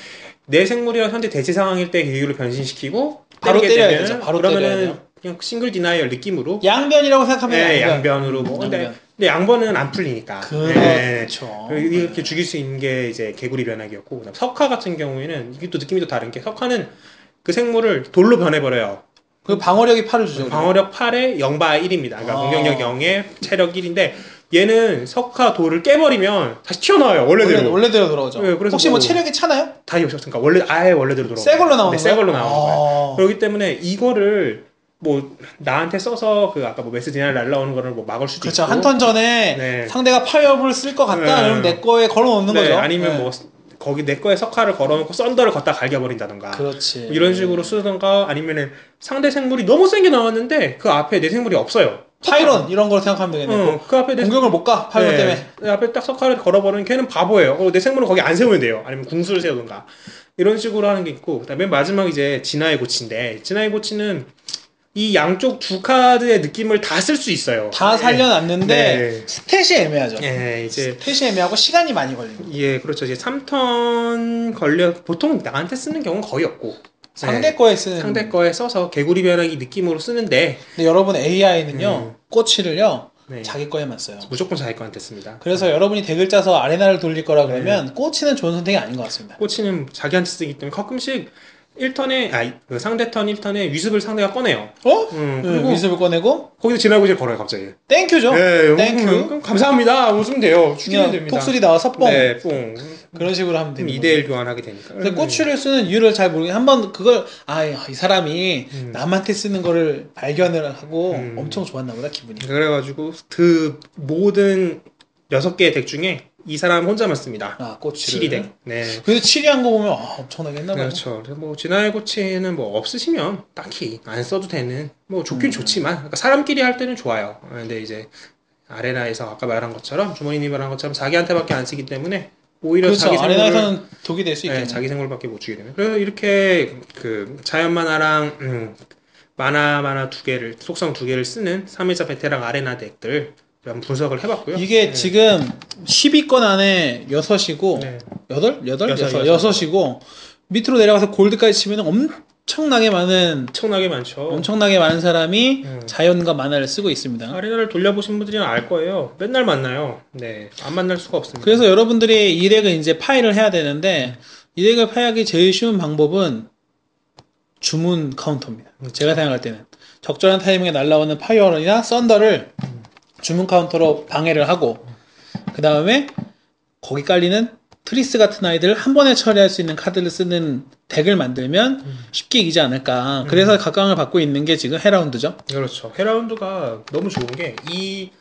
내 생물이랑 현재 대치 상황일 때 개구리로 변신시키고 바로 때리게 때려야 되면은 되죠. 바로 때려야 그러면은 돼요. 그냥 싱글 디나이얼 느낌으로 양변이라고 생각하면 네, 양변. 양변으로 뭐 근데 양변. 근데 양번은 안 풀리니까. 네. 그렇죠. 그 이렇게 죽일 수 있는 게 이제 개구리 변하기였고 그다음 석화 같은 경우에는 이게 또 느낌이 또 다른 게 석화는 그 생물을 돌로 변해버려요. 그 방어력이 팔을 주죠. 방어력 8에 0바 1입니다. 그러니까 아. 공격력 0에 체력 1인데 얘는 석화 돌을 깨버리면 다시 튀어나와요. 원래대로. 원래대로. 원래대로 돌아오죠. 네, 그래서 네, 혹시 뭐 뭐- 체력이 차나요? 다시 없었으니까 원래 아예 원래대로 돌아오고. 새 걸로 나오는 네, 새 걸로 나오는 거예요. 아. 그렇기 때문에 이거를 뭐 나한테 써서 그 아까 뭐 메시지나 날라오는 거를 뭐 막을 수도 그렇죠. 있고 한 턴 전에 네. 상대가 파이어볼 쓸 것 같다. 네. 그러면 내 거에 걸어놓는 네, 거죠. 아니면 네. 뭐 거기 내 거에 석화를 걸어놓고 썬더를 걷다 갈겨버린다던가 아, 그렇지. 뭐 이런 식으로 쓰던가 아니면은 상대 생물이 너무 센 게 나왔는데 그 앞에 내 생물이 없어요. 파이론 이런 걸 생각하면 되겠네. 뭐 어, 그 앞에 내 공격을 못 가. 파이론 네. 때문에. 내 앞에 딱 석화를 걸어버리면 걔는 바보예요. 어, 내 생물은 거기 안 세우면 돼요. 아니면 궁수를 세우던가. 이런 식으로 하는 게 있고, 그 다음에 마지막 이제 진화의 고치인데, 진화의 고치는 이 양쪽 두 카드의 느낌을 다 쓸 수 있어요. 다 살려놨는데 네. 스탯이 애매하죠. 예, 이제, 스탯이 애매하고 시간이 많이 걸리고 예, 그렇죠. 이제 3턴 걸려, 보통 나한테 쓰는 경우는 거의 없고. 상대 네. 거에 쓰는 상대 거에 써서 개구리 변하기 느낌으로 쓰는데, 근데 여러분 AI는요 꼬치를요 음. 네. 자기 거에만 써요. 무조건 자기 거한테 씁니다. 그래서 여러분이 덱을 짜서 아레나를 돌릴 네. 거라 그러면 꼬치는 좋은 선택이 아닌 것 같습니다. 꼬치는 자기한테 쓰기 때문에 가끔씩 1턴에 아그 상대 턴 1턴에 위습을 상대가 꺼내요. 어? 음, 그 그리고 위습을 꺼내고 거기서 지나고질 걸어요 갑자기. 땡큐죠. 네, 땡큐. 음, 그럼 감사합니다. 웃으면 돼요. 죽이면 그냥 됩니다. 폭술이 나와서 뻥 네, 뽕. 그런 식으로 하면 그럼 됩니다. 2대1 교환하게 되니까. 음. 근데 꼬치를 쓰는 이유를 잘 모르겠. 한번 그걸 아 이 사람이 음. 남한테 쓰는 거를 발견을 하고 음. 엄청 좋았나 보다 기분이. 그래가지고 그 모든 6개의 덱 중에 이 사람 혼자만 씁니다. 아 꼬치를. 7이 네. 그래서 7위 한 거 보면 아, 엄청나게 했나 봐요. 그렇죠. 그래서 뭐 진화의 고치는 뭐 없으시면 딱히 안 써도 되는 뭐 좋긴 음. 좋지만 그러니까 사람끼리 할 때는 좋아요. 근데 이제 아레나에서 아까 말한 것처럼 주머니님 말한 것처럼 자기한테밖에 안 쓰기 때문에 오히려 그렇죠. 자기 생물을- 아레나에서는 독이 될 수 네, 있겠네. 자기 생물밖에 못 주게 되면 그래서 이렇게 그 자연 만화랑 음, 만화 만화 두 개를 속성 두 개를 쓰는 3회자 베테랑 아레나 덱들 한번 분석을 해봤고요. 이게 네. 지금 10위권 안에 6이고 네. 8? 8? 여섯, 6, 여섯. 6이고 밑으로 내려가서 골드까지 치면 엄청나게 많은 엄청나게 많죠. 엄청나게 많은 사람이 음. 자연과 만화를 쓰고 있습니다. 아레나를 돌려보신 분들이 알 거예요. 맨날 만나요. 네, 안 만날 수가 없습니다. 그래서 여러분들이 이 덱을 이제 파일을 해야 되는데 이 덱을 파하기 제일 쉬운 방법은 주문 카운터입니다. 제가 생각할 때는 적절한 타이밍에 날라오는 파이어런이나 썬더를 주문 카운터로 방해를 하고 그 다음에 거기 깔리는 트리스 같은 아이들을 한 번에 처리할 수 있는 카드를 쓰는 덱을 만들면 쉽게 이기지 않을까. 그래서 각광을 받고 있는 게 지금 헤라운드죠. 그렇죠. 헤라운드가 너무 좋은 게 이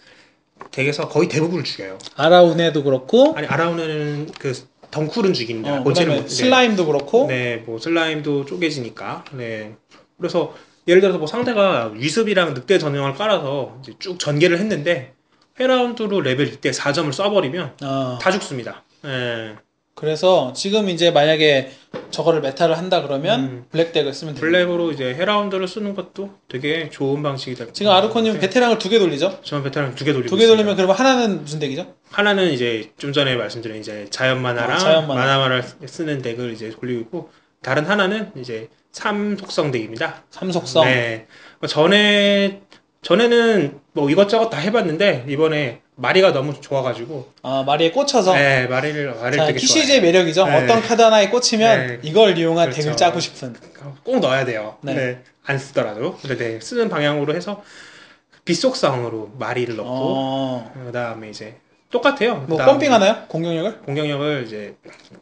덱에서 거의 대부분을 죽여요. 아라우네도 그렇고 아니 아라우는 그 덩쿨은 죽인다. 어, 본체는 그다음에 못- 네. 슬라임도 그렇고 네, 뭐 슬라임도 쪼개지니까. 네. 그래서 예를 들어서 뭐 상대가 위습이랑 늑대 전형을 깔아서 이제 쭉 전개를 했는데 헤라운드로 레벨 2때 4점을 쏴버리면 어, 다 죽습니다. 네. 그래서 지금 이제 만약에 저거를 메타를 한다 그러면 음. 블랙덱을 쓰면 됩니다. 블랙으로 이제 헤라운드를 쓰는 것도 되게 좋은 방식이다. 지금 아르코님 베테랑을 두 개 돌리죠? 저는 베테랑 두 개 돌리고 두 개 네. 있습니다. 돌리면 그러면 하나는 무슨 덱이죠? 하나는 이제 좀 전에 말씀드린 이제 자연 만화랑 아, 자연 만화. 만화. 만화를 쓰는 덱을 이제 돌리고 있고 다른 하나는 이제 삼속성 덱입니다. 삼속성. 네. 뭐 전에 전에는 뭐 이것저것 다 해봤는데 이번에 마리가 너무 좋아가지고 아, 마리에 꽂혀서. 네 마리를 마리를 자, 되게 TCG의 좋아해요. 매력이죠. 네. 어떤 카드 하나에 꽂히면 네. 이걸 이용한 그렇죠. 덱을 짜고 싶은. 꼭 넣어야 돼요. 네. 네. 안 쓰더라도 근데 네, 쓰는 방향으로 해서 빛속성으로 마리를 넣고 어. 그다음에 이제 똑같아요. 뭐 그다음에 펌핑하나요? 공격력을? 공격력을 이제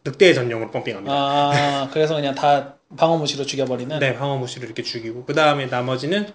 늑대의 전용으로 펌핑합니다. 아, 그래서 그냥 다 방어무시로 죽여버리는. 네, 방어 무시를 이렇게 죽이고 그 다음에 나머지는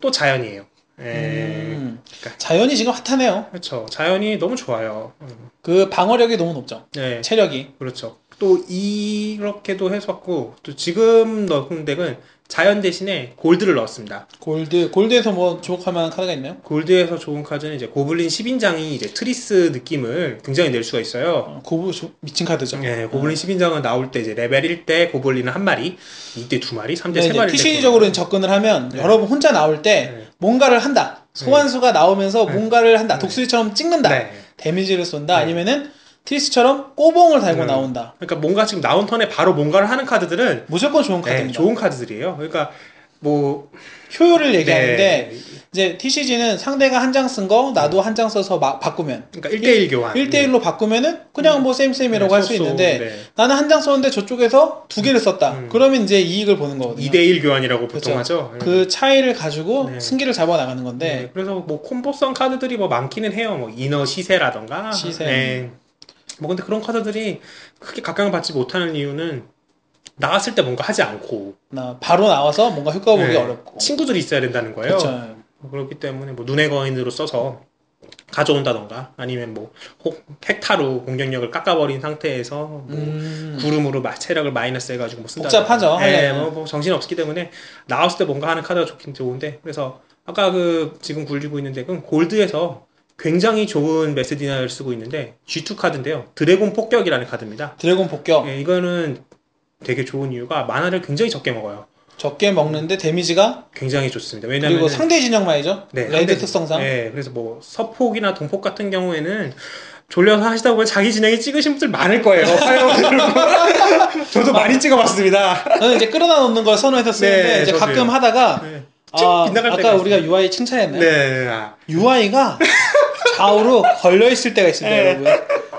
또 자연이에요. 예, 음. 자연이 지금 핫하네요. 그렇죠. 자연이 너무 좋아요. 음, 그 방어력이 너무 높죠. 네, 체력이. 그렇죠. 또 이렇게도 해봤고 또 지금 넣은 덱은 자연 대신에 골드를 넣었습니다. 골드, 골드에서 뭐 주목할 만한 카드가 있나요? 골드에서 좋은 카드는 이제 고블린 10인장이 이제 트리스 느낌을 굉장히 낼 수가 있어요. 어, 고부 조- 미친 카드죠. 어. 예, 음. 고블린 10인장은 나올 때 이제 레벨 1때 고블린은 한 마리, 2때 두 마리, 3대 네, 세 마리. PC적으로 그러니까 접근을 하면 네. 여러분 혼자 나올 때 네. 뭔가를 한다. 소환수가 나오면서 네. 뭔가를 한다. 네. 독수리처럼 찍는다. 네. 데미지를 쏜다. 네. 아니면은 트리스처럼 꼬봉을 달고 음. 나온다. 그러니까 뭔가 지금 나온 턴에 바로 뭔가를 하는 카드들은 무조건 좋은 네, 카드입니다. 좋은 카드들이에요. 그러니까 뭐 효율을 얘기하는데 네, 이제 TCG는 상대가 한 장 쓴 거 나도 음. 한 장 써서 막 바꾸면 그러니까 1대1 교환. 네. 1대1로 바꾸면은 음. 그냥 뭐 쌤쌤이라고 할 수 있는데 나는 한 장 썼는데 저쪽에서 두 개를 썼다. 음. 뭐 그러면 이제 이익을 보는 거거든요. 2대1 교환이라고 보통 그렇죠. 하죠. 그 차이를 가지고 음. 네. 승기를 잡아 나가는 네. 건데 그래서 뭐 콤보성 카드들이 뭐 많기는 해요. 뭐 인어 시세라던가. 네. 시세. 뭐 근데 그런 카드들이 크게 각광받지 못하는 이유는 나왔을 때 뭔가 하지 않고 나 바로 나와서 뭔가 효과 보기 네, 어렵고. 친구들이 있어야 된다는 거예요. 음. 그렇죠. 그렇기 때문에 뭐 눈의 거인으로 써서 가져온다던가 아니면 뭐혹 헥타로 공격력을 깎아버린 상태에서 뭐 음. 구름으로 마- 체력을 마이너스 해가지고 뭐 쓴다. 복잡하죠, 네. 예, 하려면. 뭐, 뭐 정신 없기 때문에 나왔을 때 뭔가 하는 카드가 좋긴 좋은데 그래서 아까 그 지금 굴리고 있는 덱은 골드에서 굉장히 좋은 메스디나를 쓰고 있는데 G2 카드인데요. 드래곤 폭격이라는 카드입니다. 드래곤 복격 예, 이거는 되게 좋은 이유가 만화를 굉장히 적게 먹어요. 적게 먹는데 데미지가 굉장히 좋습니다. 왜냐면 그리고 상대 진영 말이죠. 레이드 상대- 특성상. 네, 그래서 뭐 서폭이나 동폭 같은 경우에는 졸려서 하시다 보면 자기 진영이 찍으신 분들 많을 (laughs) 거예요. 파이어볼을. 저도 아. 많이 찍어봤습니다. 저는 이제 끌어다 놓는 걸 선호해서 쓰는데 네, 이제 저도요. 가끔 하다가 네. 쭉 아, 빗나갈 아까 때가 있어요. 우리가 UI 칭찬했나요? 네. 아, UI가 좌우로 걸려 있을 때가 있습니다, 네. 여러분.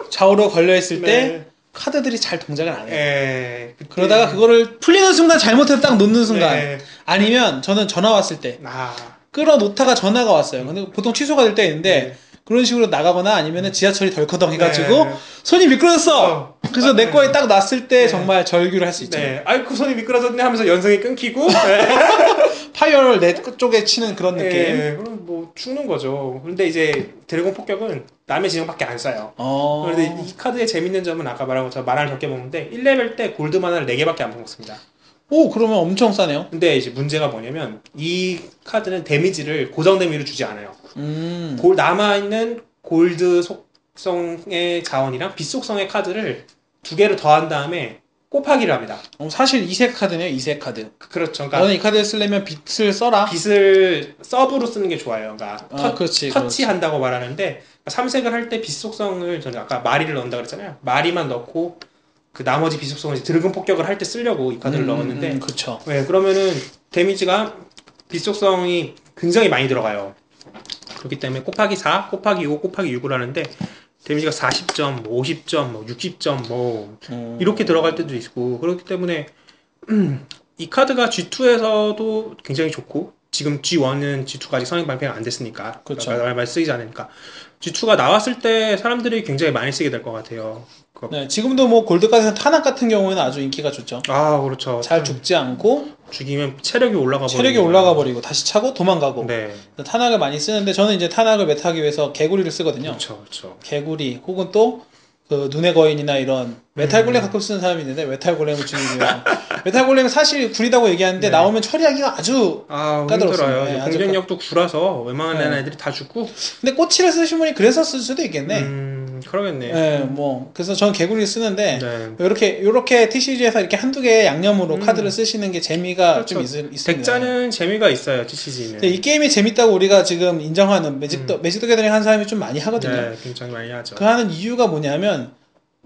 좌우로 걸려 있을 때 네. 카드들이 잘 동작을 안 해요. 예. 그때- 네. 그러다가 그거를 풀리는 순간 잘못해서 딱 놓는 순간 네. 아니면 저는 전화 왔을 때 아. 끌어 놓다가 전화가 왔어요. 근데 보통 취소가 될 때 있는데 음. 네. 음. 그런 식으로 나가거나 아니면 지하철이 덜커덩 해가지고 네. 손이 미끄러졌어. 어. 그래서 내 거에 딱 놨을 때 네. 정말 절규를 할 수 있죠. 네. 아이고 손이 미끄러졌네 하면서 연성이 (laughs) 끊기고 파열을 내 쪽에 치는 그런 네. 느낌. 예, 그럼 뭐 죽는 거죠. 그런데 이제 드래곤 폭격은 남의 진영밖에 안 써요. 어. 그런데 이 카드의 재밌는 점은 아까 말한 것처럼 만화를 적게 먹는데 1레벨 때 골드 만화를 4개밖에 안 먹습니다. 오 그러면 엄청 싸네요. 근데 이제 문제가 뭐냐면 이 카드는 데미지를 고정 데미지를 주지 않아요. 음. 골- 남아있는 골드 속성의 자원이랑 빛 속성의 카드를 두 개를 더한 다음에 곱하기를 합니다. 어, 사실 이색 카드네요. 이색 카드. 그- 그렇죠. 그러니까 너는 이 카드를 쓰려면 빛을 써라. 빛을 서브로 쓰는 게 좋아요. 그러니까 아, 터, 그렇지. 치한다고 말하는데 그러니까 삼색을 할 때 빛 속성을 저는 아까 마리를 넣는다 그랬잖아요. 마리만 넣고 그 나머지 빛 속성을 이제 드래곤 폭격을 할 때 쓰려고 이 카드를 넣었는데 그렇죠. 네, 그러면은 데미지가 빛속성이 굉장히 많이 들어가요. 그렇기 때문에 곱하기 4, 곱하기 5, 곱하기 6을 하는데 데미지가 40점, 뭐 50점, 뭐 60점, 뭐 음. 이렇게 들어갈 때도 있고 그렇기 때문에 (clears throat) 이 카드가 G2에서도 굉장히 좋고 지금 G1은 G2까지 선행 발표가 안 됐으니까 그쵸. 말- 말, 말 쓰이지 않으니까 G2가 나왔을 때 사람들이 굉장히 많이 쓰게 될 것 같아요. 그- 네, 지금도 뭐 골드 카드는 탄압 같은 경우에는 아주 인기가 좋죠. 아 그렇죠. 잘 죽지 않고 죽이면 체력이 올라가 버리고 체력이 올라가 버리고 다시 차고 도망가고 네. 탄압을 많이 쓰는데 저는 이제 탄압을 메타하기 위해서 개구리를 쓰거든요. 그렇죠, 그렇죠. 개구리 혹은 또 그 눈의 거인이나 이런 메탈 음. 골렘 가끔 쓰는 사람이 있는데 메탈 골렘을 죽이기 위해서 (laughs) 메탈 골렘은 사실 구리다고 얘기하는데 네. 나오면 처리하기가 아주 아 까다롭습니다. 힘들어요. 네, 이제 아주 공격력도 구라서 웬만한 네. 애들이 다 죽고. 근데 꼬치를 쓰신 분이 그래서 쓸 수도 있겠네. 음, 그러겠네. 네, 뭐 그래서 전 개구리를 쓰는데 네. 이렇게 이렇게 TCG에서 이렇게 한두 개 양념으로 음. 카드를 쓰시는 게 재미가 좀 있, 그렇죠. 있습니다. 네, 백자는 재미가 있어요, TCG는. 근데 이 게임이 재밌다고 우리가 지금 인정하는 음. 매직도 매직도 게더링 한 사람이 좀 많이 하거든요. 네, 굉장히 많이 하죠. 그 하는 이유가 뭐냐면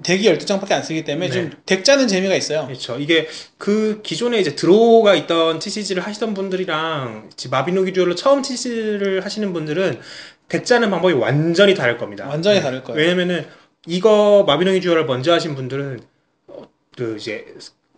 덱이 12장밖에 안 쓰기 네. 때문에 좀 덱짜는 재미가 있어요. 그렇죠. 이게 그 기존에 이제 드로우가 있던 TCG를 하시던 분들이랑 지금 마비노기 듀얼로 처음 TCG를 하시는 분들은 백자는 방법이 완전히 다를 겁니다. 완전히 다를 거예요. 네. 왜냐면은 이거 마비노기 듀얼을 먼저 하신 분들은 어, 그 이제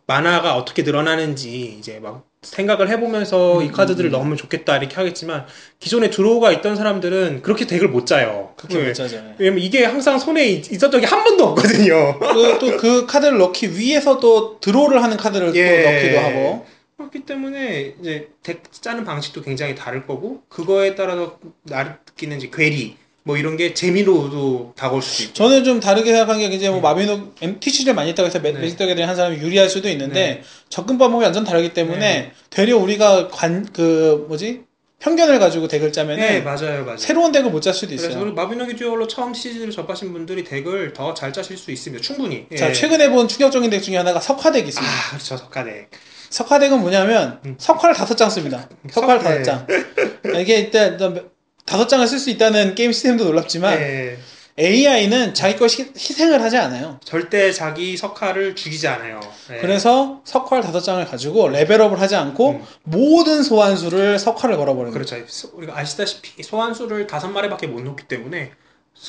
만화가 어떻게 늘어나는지 이제 막 생각을 해보면서 이 카드들을 넣으면 좋겠다 이렇게 하겠지만 기존에 드로우가 있던 사람들은 그렇게 덱을 못 짜요. 그렇게 왜? 못 짜잖아요. 왜냐면 이게 항상 손에 있- 있었던 게 한 번도 없거든요. 또 그 카드를 넣기 위해서 또 드로우를 하는 카드를 예. 또 넣기도 하고 그렇기 때문에 이제 덱 짜는 방식도 굉장히 다를 거고 그거에 따라서 나르기는 이제 괴리 뭐 이런 게 재미로도 다가올 수도 있고 저는 좀 다르게 생각한 게 이제 뭐 마비노 MTC를 많이 했다고 해서 매- 네. 매직도 게더링 한 사람이 유리할 수도 있는데 네. 접근 방법이 완전 다르기 때문에 되려 우리가 관 그 뭐지 편견을 가지고 덱을 짜면 네 은 맞아요 맞아요 새로운 덱을 못 짤 수도 그래서 있어요. 우리 마비노기 듀얼로 처음 시즌을 접하신 분들이 덱을 더 잘 짜실 수 있습니다 충분히 예. 자 최근에 본 충격적인 덱 중에 하나가 석화덱이 있습니다. 아 그렇죠 석가덱 석화덱은 뭐냐면 음. 석화를 다섯 장 씁니다. 석화를 다섯 석- 장. 이게 일단 몇- 다섯 장을 쓸 수 있다는 게임 시스템도 놀랍지만 예. AI는 자기 걸 시- 희생을 하지 않아요. 절대 자기 석화를 죽이지 않아요 예. 그래서 석화를 다섯 장을 가지고 레벨업을 하지 않고 음. 모든 소환수를 석화를 걸어버립니다. 그렇죠 소- 우리가 아시다시피 소환수를 다섯 마리밖에 못 놓기 때문에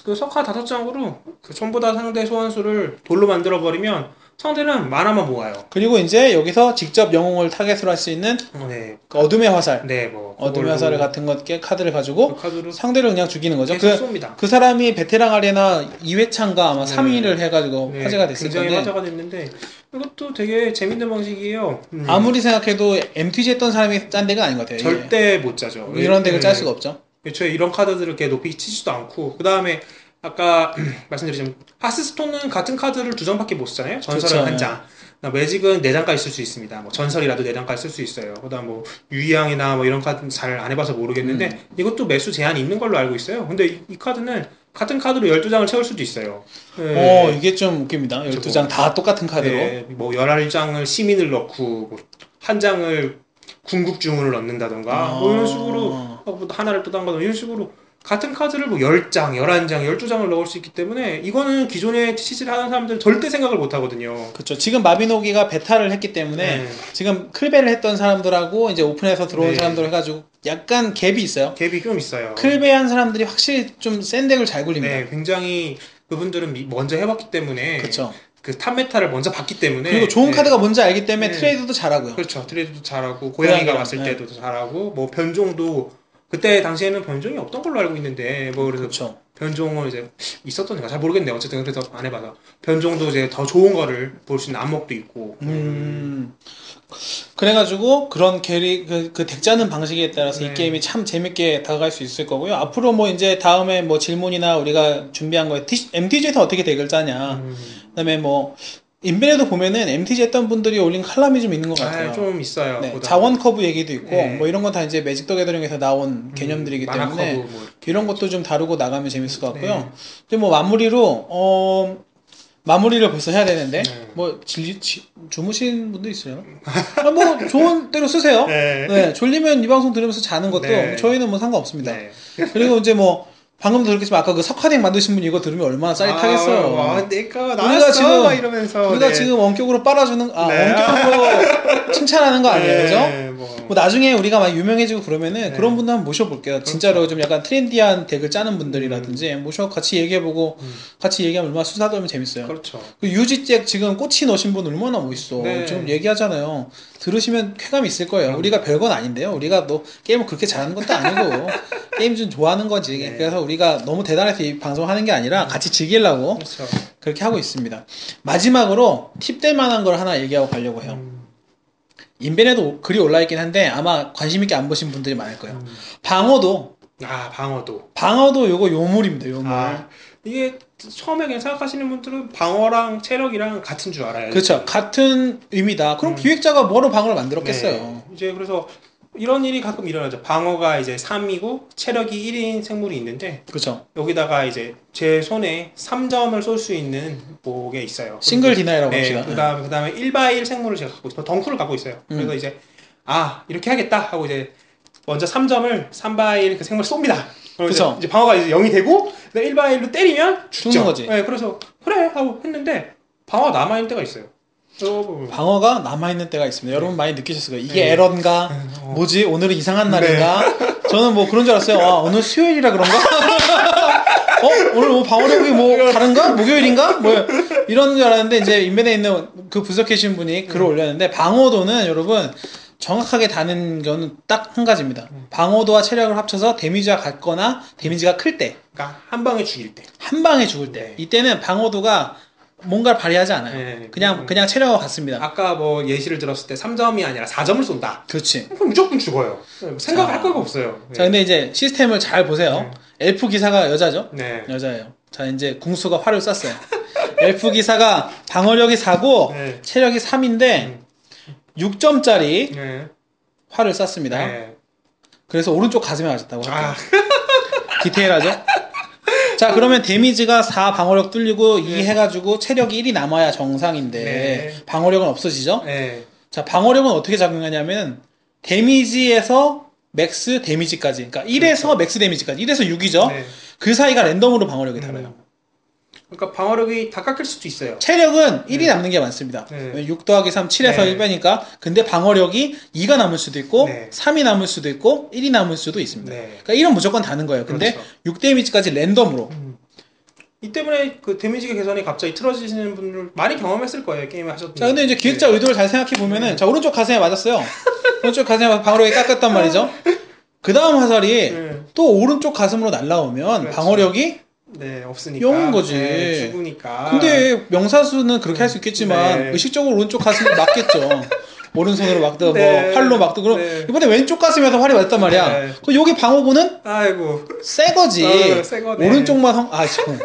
그 석화 다섯 장으로 그 전보다 상대 소환수를 돌로 만들어 버리면 상대는 만화만 모아요 그리고 이제 여기서 직접 영웅을 타겟으로 할 수 있는 어, 네. 그 어둠의 화살, 네, 뭐 어둠의 화살 같은 것 카드를 가지고 그 카드로 상대를 그냥 죽이는 거죠. 계속 그, 쏩니다. 그 사람이 베테랑 아레나 2회차인가 아마 3위를 해가지고 네, 화제가 됐을 굉장히 건데 화제가 됐는데 이것도 되게 재밌는 방식이에요. 음. 아무리 생각해도 MTG 했던 사람이 짠 데가 아닌 것 같아요. 이게. 절대 못 짜죠. 예, 이런 데를 짤 예. 수가 없죠. 애초에 이런 카드들을 이렇게 높이 치지도 않고 그 다음에 아까 (clears throat) 말씀드린 하스스톤은 같은 카드를 두 장밖에 못 쓰잖아요 전설은 그렇죠. 한 장, 그다음 매직은 네 장까지 쓸 수 있습니다 뭐 전설이라도 네 장까지 쓸 수 있어요 그다음 뭐 유의왕이나 뭐 이런 카드 잘 안 해봐서 모르겠는데 음. 이것도 매수 제한이 있는 걸로 알고 있어요 근데 이, 이 카드는 같은 카드로 12장을 채울 수도 있어요 예. 어, 이게 좀 웃깁니다. 12장 다 똑같은 카드로. 뭐- 네, 뭐 11장을 시민을 넣고 뭐한 장을 궁극 주문을 넣는다던가 뭐 이런 식으로 아. 어, 뭐 하나를 또 담가서 이런 식으로 같은 카드를 뭐 10장, 11장, 12장을 넣을 수 있기 때문에 이거는 기존에 TCG를 하는 사람들은 절대 생각을 못 하거든요. 그렇죠. 지금 마비노기가 베타를 했기 때문에 지금 클베를 했던 사람들하고 이제 오픈해서 들어온 네. 사람들 해가지고 약간 갭이 있어요. 갭이 좀 있어요. 클베한 사람들이 확실히 좀 센 덱을 잘 굴립니다. 네, 굉장히 그분들은 미- 먼저 해봤기 때문에 그렇죠. 그 탑메타를 먼저 봤기 때문에 그리고 좋은 네. 카드가 뭔지 알기 때문에 네. 트레이드도 잘하고요. 그렇죠. 트레이드도 잘하고 고양이랑, 고양이가 왔을 네. 때도 잘하고 뭐 변종도 그때 당시에는 변종이 없던 걸로 알고 있는데 뭐 그래서 그렇죠. 변종은 이제 있었던가 잘 모르겠네요. 어쨌든 그래서 안 해봐서 변종도 이제 더 좋은 거를 볼 수 있는 안목도 있고. 음. 그래가지고 그런 캐리 그, 그 덱짜는 방식에 따라서 이 네. 게임이 참 재밌게 다가갈 수 있을 거고요. 앞으로 뭐 이제 다음에 뭐 질문이나 우리가 준비한 거에 MTG에서 어떻게 덱을 짜냐. 음. 그다음에 뭐 인벤에도 보면은 MTG 했던 분들이 올린 칼럼이 좀 있는 것 같아요. 아, 좀 있어요. 네, 그거보다. 자원 커브 얘기도 있고 네. 뭐 이런 건 다 이제 매직 더 게더링에서 나온 음, 개념들이기 만화커브 때문에 뭐. 이런 것도 좀 다루고 나가면 재밌을 것 네. 같고요. 근데 뭐 마무리로 어 마무리를 벌써 해야 되는데 네. 뭐 질, 지, 주무신 분도 있어요. 아, 뭐 좋은 대로 쓰세요. 네. 네, 졸리면 이 방송 들으면서 자는 것도 네. 저희는 뭐 상관없습니다. 네. 그리고 이제 뭐 방금도 그렇겠지만 아까 그 석화댁 만드신 분이 이거 들으면 얼마나 아, 짜릿하겠어요. 와, 내가 우리가 지금- 나왔어 막 이러면서. 우리가 네. 지금 원격으로 빨아주는 아 네. (laughs) 원격으로 칭찬하는 거 아니에요, 네, 그죠? 뭐. 뭐 나중에 우리가 막 유명해지고 그러면은 네. 그렇죠. 그런 분도 한번 모셔볼게요. 진짜로 좀 약간 트렌디한 덱을 짜는 분들이라든지 모셔 같이 얘기해보고 음. 같이 얘기하면 얼마나 수다떨면 재밌어요. 그렇죠. 그 유지 잭 지금 꽃이 넣으신 분 얼마나 멋있어. 네. 지금 얘기하잖아요. 들으시면 쾌감이 있을 거예요. 음. 우리가 별건 아닌데요. 우리가 뭐 게임을 그렇게 잘하는 것도 (laughs) 아니고 게임 좀 좋아하는 거지. 네. 음. 그래서 우리가 너무 대단해서 이 방송 하는 게 아니라 같이 즐기려고 그렇죠. 그렇게 하고 있습니다. 마지막으로 팁 될 만한 걸 하나 얘기하고 가려고 해요. 음, 인벤에도 글이 올라있긴 한데 아마 관심 있게 안 보신 분들이 많을 거예요. 음. 방어도 아 방어도. 방어도 요거 요물입니다. 요물. 아, 이게 처음에 그냥 생각하시는 분들은 방어랑 체력이랑 같은 줄 알아요. 그렇죠. 같은 의미다. 그럼 음. 기획자가 뭐로 방어를 만들었겠어요. 네. 이제 그래서 이런 일이 가끔 일어나죠. 방어가 이제 3이고 체력이 1인 생물이 있는데 그렇죠. 여기다가 이제 제 손에 3점을 쏠 수 있는 목에 있어요. 싱글 디나이라고 네, 합시다. 그다음 그다음에 1바1 생물을 제가 갖고 있어요. 덩크를 갖고 있어요. 음. 그래서 이제 아 이렇게 하겠다 하고 이제 먼저 3점을 3바1 그 생물 쏩니다. 그럼 이제- 그쵸. 이제 방어가 이제 0이 되고 1바1로 때리면 죽죠. 죽는 거지. 네, 그래서 그래 하고 했는데 방어 가 남아 있는 때가 있어요. 어, 방어가 남아있는 때가 있습니다. 여러분 많이 느끼셨을 거예요. 이게 네. 에런가? 어. 뭐지? 오늘은 이상한 날인가? 저는 뭐 그런 줄 알았어요. 아, 오늘 수요일이라 그런가? (laughs) 어? 오늘 뭐 방어력이 뭐 다른가? 목요일인가? 뭐 이런 줄 알았는데 이제 인벤에 있는 그 분석해주신 네. 분이 글을 올렸는데 방어도는 여러분 정확하게 다는 거는 딱 한 가지입니다. 네. 방어도와 체력을 합쳐서 데미지가 같거나 데미지가 클 때, 그러니까 한 방에 죽일 때. 한 방에 죽을 때, 네. 이때는 방어도가 뭔가를 발휘하지 않아요. 네. 그냥 그냥 체력과 같습니다. 아까 뭐 예시를 들었을 때 3점이 아니라 4점을 쏜다. 그렇지. 그럼 무조건 죽어요. 네, 생각할 자. 거가 없어요. 네. 자, 근데 이제 시스템을 잘 보세요. 엘프 기사가 여자죠? 네. 여자예요. 자, 이제 궁수가 화를 쐈어요. 엘프 기사가 방어력이 4고, 네. 체력이 3인데, 음. 6점짜리 네. 화를 쐈습니다. 네. 그래서 오른쪽 가슴에 맞았다고 할게요. 아, (laughs) 디테일하죠? 자, 그러면 데미지가 4 방어력 뚫리고 2 네. 해가지고 체력이 1이 남아야 정상인데, 네. 방어력은 없어지죠? 네. 자, 방어력은 어떻게 작용하냐면, 데미지에서 맥스 데미지까지, 그러니까 1에서 그렇죠. 맥스 데미지까지, 1에서 6이죠? 네. 그 사이가 랜덤으로 음. 방어력이 달라요. 그러니까 방어력이 다 깎일 수도 있어요. 체력은 1이 네. 남는 게 많습니다. 네. 6 더하기 3, 7에서 네. 1 빼니까. 근데 방어력이 2가 남을 수도 있고, 네. 3이 남을 수도 있고, 1이 남을 수도 있습니다. 네. 그러니까 1은 무조건 다는 거예요. 근데 그렇죠. 6 데미지까지 랜덤으로. 음. 이 때문에 그 데미지 계산이 갑자기 틀어지시는 분들 많이 경험했을 거예요. 게임 하셨던. 자, 근데 이제 기획자 네. 의도를 잘 생각해 보면은, 자, 오른쪽 가슴에 맞았어요. 오른쪽 가슴에 맞아서 방어력이 깎았단 말이죠. 그 다음 화살이 네. 또 오른쪽 가슴으로 날라오면 그렇죠. 방어력이 네, 없으니까. 영은 거지. 네, 죽으니까. 근데 명사수는 그렇게 할 수 있겠지만 아. 네. 의식적으로 오른쪽 가슴을 (laughs) 막겠죠. 뭐 오른손으로 막든 네. 뭐 팔로 막든 그럼 네. 이번에 왼쪽 가슴에서 활이 맞단 말이야. 네. 그럼 여기 방어구는 아이고. 새 거지. 어, 새 거네. 오른쪽만 성... 아 지금 (laughs)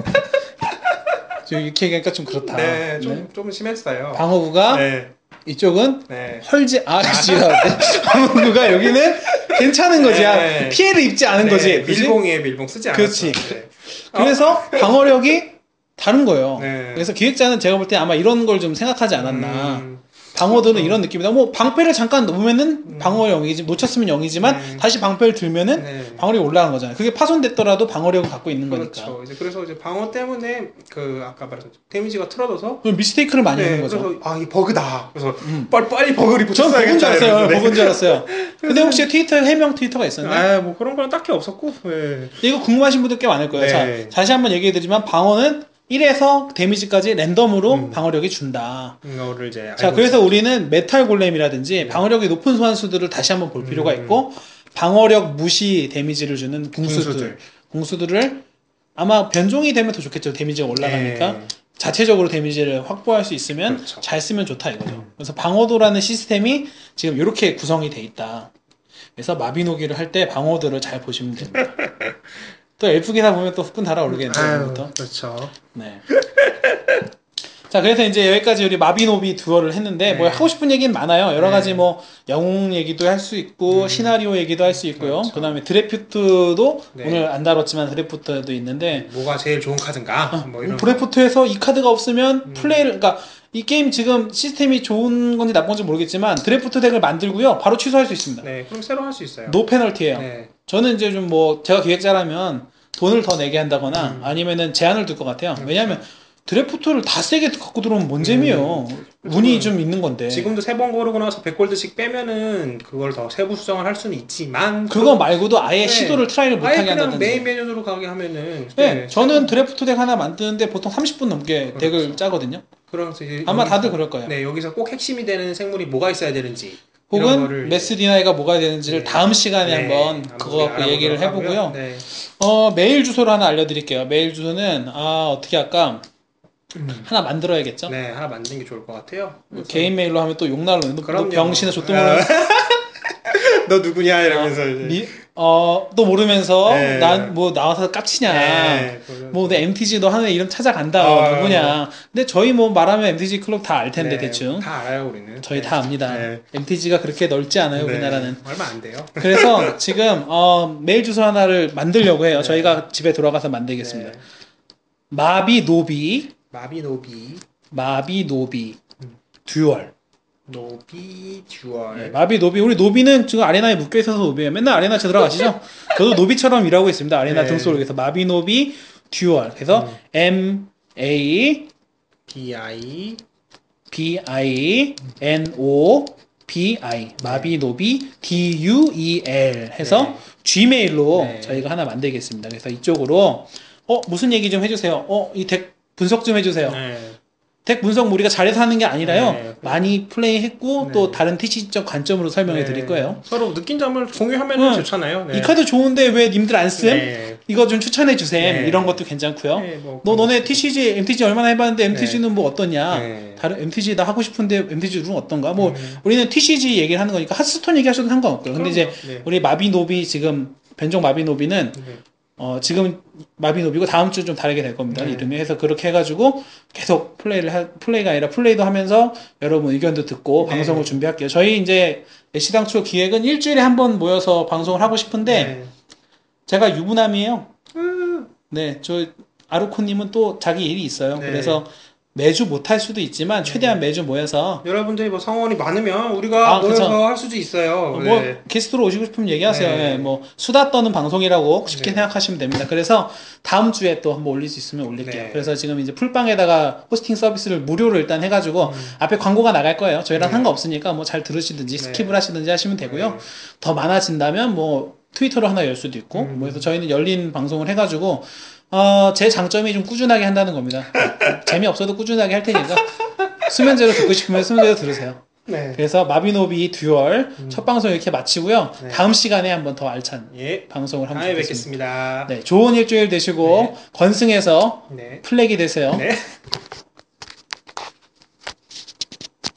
지금 이렇게 얘기하니까 좀 그렇다. 네, 네. 아? 좀, 좀 심했어요. 방어구가 네. 이쪽은 네. 헐지 아지라는데 네. (laughs) 방어구가 여기는 괜찮은 거지. 네. 아, 피해를 입지 않은 네, 거지. 그지? 밀봉이에요, 밀봉. 쓰지 않았어. 그렇지. 네. 그래서 방어력이 다른 거예요. 네. 그래서 기획자는 제가 볼 때 아마 이런 걸 좀 생각하지 않았나. 음, 방어들은 이런 느낌이다. 뭐 방패를 잠깐 음. 놓으면은 방어 0이지 놓쳤으면 0이지만 음. 다시 방패를 들면은 네. 방어력이 올라간 거잖아요. 그게 파손됐더라도 방어력을 갖고 있는 거니까. 그렇죠. 이제 그래서 이제 방어 때문에 그 아까 말했던 데미지가 틀어져서 그럼 미스테이크를 많이 네, 하는 거죠. 그래서 아, 이 버그다. 그래서 음. 빨리 빨리 버그를 저는 버그인 줄 붙였어야겠다. 알았어요. 이러면서. 네. 버그인 줄 알았어요. (laughs) 근데 혹시 트위터 해명 트위터가 있었나요? 아, 뭐 그런 거는 딱히 없었고. 네. 이거 궁금하신 분들 꽤 많을 거예요. 네. 자, 다시 한번 얘기해드리지만 방어는 1에서 데미지까지 랜덤으로 음. 방어력이 준다. 이거를 이제 자, 알고 그래서 우리는 메탈 골렘이라든지 방어력이 높은 소환수들을 다시 한번 볼 필요가 음. 있고 방어력 무시 데미지를 주는 궁수들, 궁수들. 궁수들. 을 아마 변종이 되면 더 좋겠죠. 데미지가 올라가니까 네. 자체적으로 데미지를 확보할 수 있으면 그렇죠. 잘 쓰면 좋다 이거죠. 그래서 방어도라는 시스템이 지금 이렇게 구성이 돼 있다. 그래서 마비노기를 할 때 방어도를 잘 보시면 (laughs) 됩니다. 또 엘프 기사 보면 또 후끈 달아오르겠네요. 아유, 오늘부터. 그렇죠. 네. 자, 그래서 이제 여기까지 우리 마비노비 듀얼을 했는데, 뭐 네. 하고 싶은 얘기는 많아요. 여러 네. 가지 뭐, 영웅 얘기도 할 수 있고, 음. 시나리오 얘기도 할 수 있고요. 그렇죠. 그 다음에 드래프트도, 네. 오늘 안 다뤘지만 드래프트도 있는데, 뭐가 제일 좋은 카드인가? 아, 음, 뭐 이런 드래프트에서 이 카드가 없으면 음. 플레이를, 그러니까 이 게임 지금 시스템이 좋은 건지 나쁜 건지 모르겠지만, 드래프트 덱을 만들고요. 바로 취소할 수 있습니다. 네, 그럼 새로 할 수 있어요. 노 페널티예요 네. 저는 이제 좀 뭐 제가 기획자라면 돈을 더 내게 한다거나 음. 아니면은 제한을 둘 것 같아요. 그렇죠. 왜냐하면 드래프트를 다 세게 갖고 들어오면 뭔 재미예요. 운이 좀 있는 건데. 음. 지금도 세 번 고르고 나서 100골드씩 빼면은 그걸 더 세부 수정을 할 수는 있지만 그거 말고도 아예 네. 시도를 트라이를 아예 못하게 그냥 한다든지. 메인 메뉴로 가게 하면은 네, 네, 저는 드래프트 덱 하나 만드는데 보통 30분 넘게 그렇죠. 네, 덱을 짜거든요. 그럼 이제 아마 여기서- 다들 그럴 거예요. 네 여기서 꼭 핵심이 되는 생물이 뭐가 있어야 되는지 이런 거를 혹은 이제- 메스 디나이가 뭐가 되는지를 네. 다음 시간에 네, 한번 한번 그거 갖고 알아보도록 얘기를 하고요. 해보고요. 네. 어, 메일 주소를 하나 알려드릴게요. 메일 주소는 아 어떻게 할까? 음. 하나 만들어야겠죠. 네, 하나 만드는 게 좋을 것 같아요. 뭐 개인 메일로 하면 또 욕날로 너, 너 그럼요. 네. 병신아 좆도모르 너 아, 누구냐 이러면서 이제. 어너 모르면서 네. 난 뭐 나와서 깝치냐 네, 그래서- 뭐 내 MTG 너 하는 이름 찾아간다 뭐 어, 누구냐 근데 저희 뭐 말하면 MTG 클럽 다 알 텐데 네, 대충 다 알아요 우리는. 저희 네. 다 압니다 네. MTG가 그렇게 넓지 않아요 네. 우리나라는 얼마 안 돼요. 그래서 (laughs) 지금 어, 메일 주소 하나를 만들려고 해요 네. 저희가 집에 돌아가서 만들겠습니다 네. 마비노비 마비노비 마비노비 음. 듀얼 노비 듀얼. 네, 마비 노비 우리 노비는 지금 아레나에 묶여 있어서 노비예요. 맨날 아레나 들어가시죠 (laughs) 저도 노비처럼 일하고 있습니다. 아레나 네. 음. 등소를 위해서 마비 노비 듀얼. 그래서 M A B I B I N O B I 마비 노비 D U E L 해서 네. Gmail로 네. 저희가 하나 만들겠습니다. 그래서 이쪽으로 어 무슨 얘기 좀 해주세요. 어 이 덱 분석 좀 해주세요. 네. 덱 분석 뭐 우리가 잘해서 하는 게 아니라요. 네. 많이 플레이했고 네. 또 다른 TC적 관점으로 설명해 네. 드릴 거예요. 서로 느낀 점을 공유하면 은 응. 좋잖아요. 네. 이 카드 좋은데 왜 님들 안 쓴? 네. 이거 좀 추천해 주셈. 네. 이런 것도 괜찮고요. 네, 뭐 너 그런 너네 것도- TCG, MTG 얼마나 해봤는데 MTG는 뭐 어떠냐? 네. 다른 MTG 나 하고 싶은데 MTG 룰은 어떤가? 뭐 음. 우리는 TCG 얘기를 하는 거니까 핫스톤 얘기하셔도 상관없고요. 근데 이제 그럼요. 네. 우리 마비노비 지금 변종 마비노비는 네. 어, 지금 마비노비고 다음 주 좀 다르게 될 겁니다. 네. 이름이 해서 그렇게 해가지고 계속 플레이를 하- 플레이가 아니라 플레이도 하면서 여러분 의견도 듣고 네. 방송을 준비할게요. 저희 이제 시당초 기획은 일주일에 한 번 모여서 방송을 하고 싶은데 네. 음, 제가 유부남이에요. 네, 저 아루코님은 또 자기 일이 있어요. 네. 그래서 매주 못 할 수도 있지만 최대한 매주 모여서 여러분들이 뭐 성원이 많으면 우리가 아, 모여서 그쵸. 할 수도 있어요. 뭐 네. 게스트로 오시고 싶으면 얘기하세요. 네. 예, 뭐 수다 떠는 방송이라고 쉽게 네. 생각하시면 됩니다. 그래서 다음 주에 또 한번 올릴 수 있으면 올릴게요. 네. 그래서 지금 이제 풀빵에다가 호스팅 서비스를 무료로 일단 해가지고 음. 앞에 광고가 나갈 거예요. 저희랑 네. 상관없으니까 뭐 잘 들으시든지 네. 스킵을 하시든지 하시면 되고요. 네. 더 많아진다면 뭐 트위터로 하나 열 수도 있고 음. 뭐 그래서 저희는 열린 방송을 해가지고 어, 제 장점이 좀 꾸준하게 한다는 겁니다 재미없어도 꾸준하게 할 테니까 수면제로 듣고 싶으면 수면제로 들으세요 네. 음. 그래서 마비노비 듀얼 첫 방송 이렇게 마치고요. 네. 다음 시간에 한번 더 알찬 예. 방송을 한번 다음에 뵙겠습니다. 네, 좋은 일주일 되시고 네. 건승에서 네. 플렉이 되세요. 네.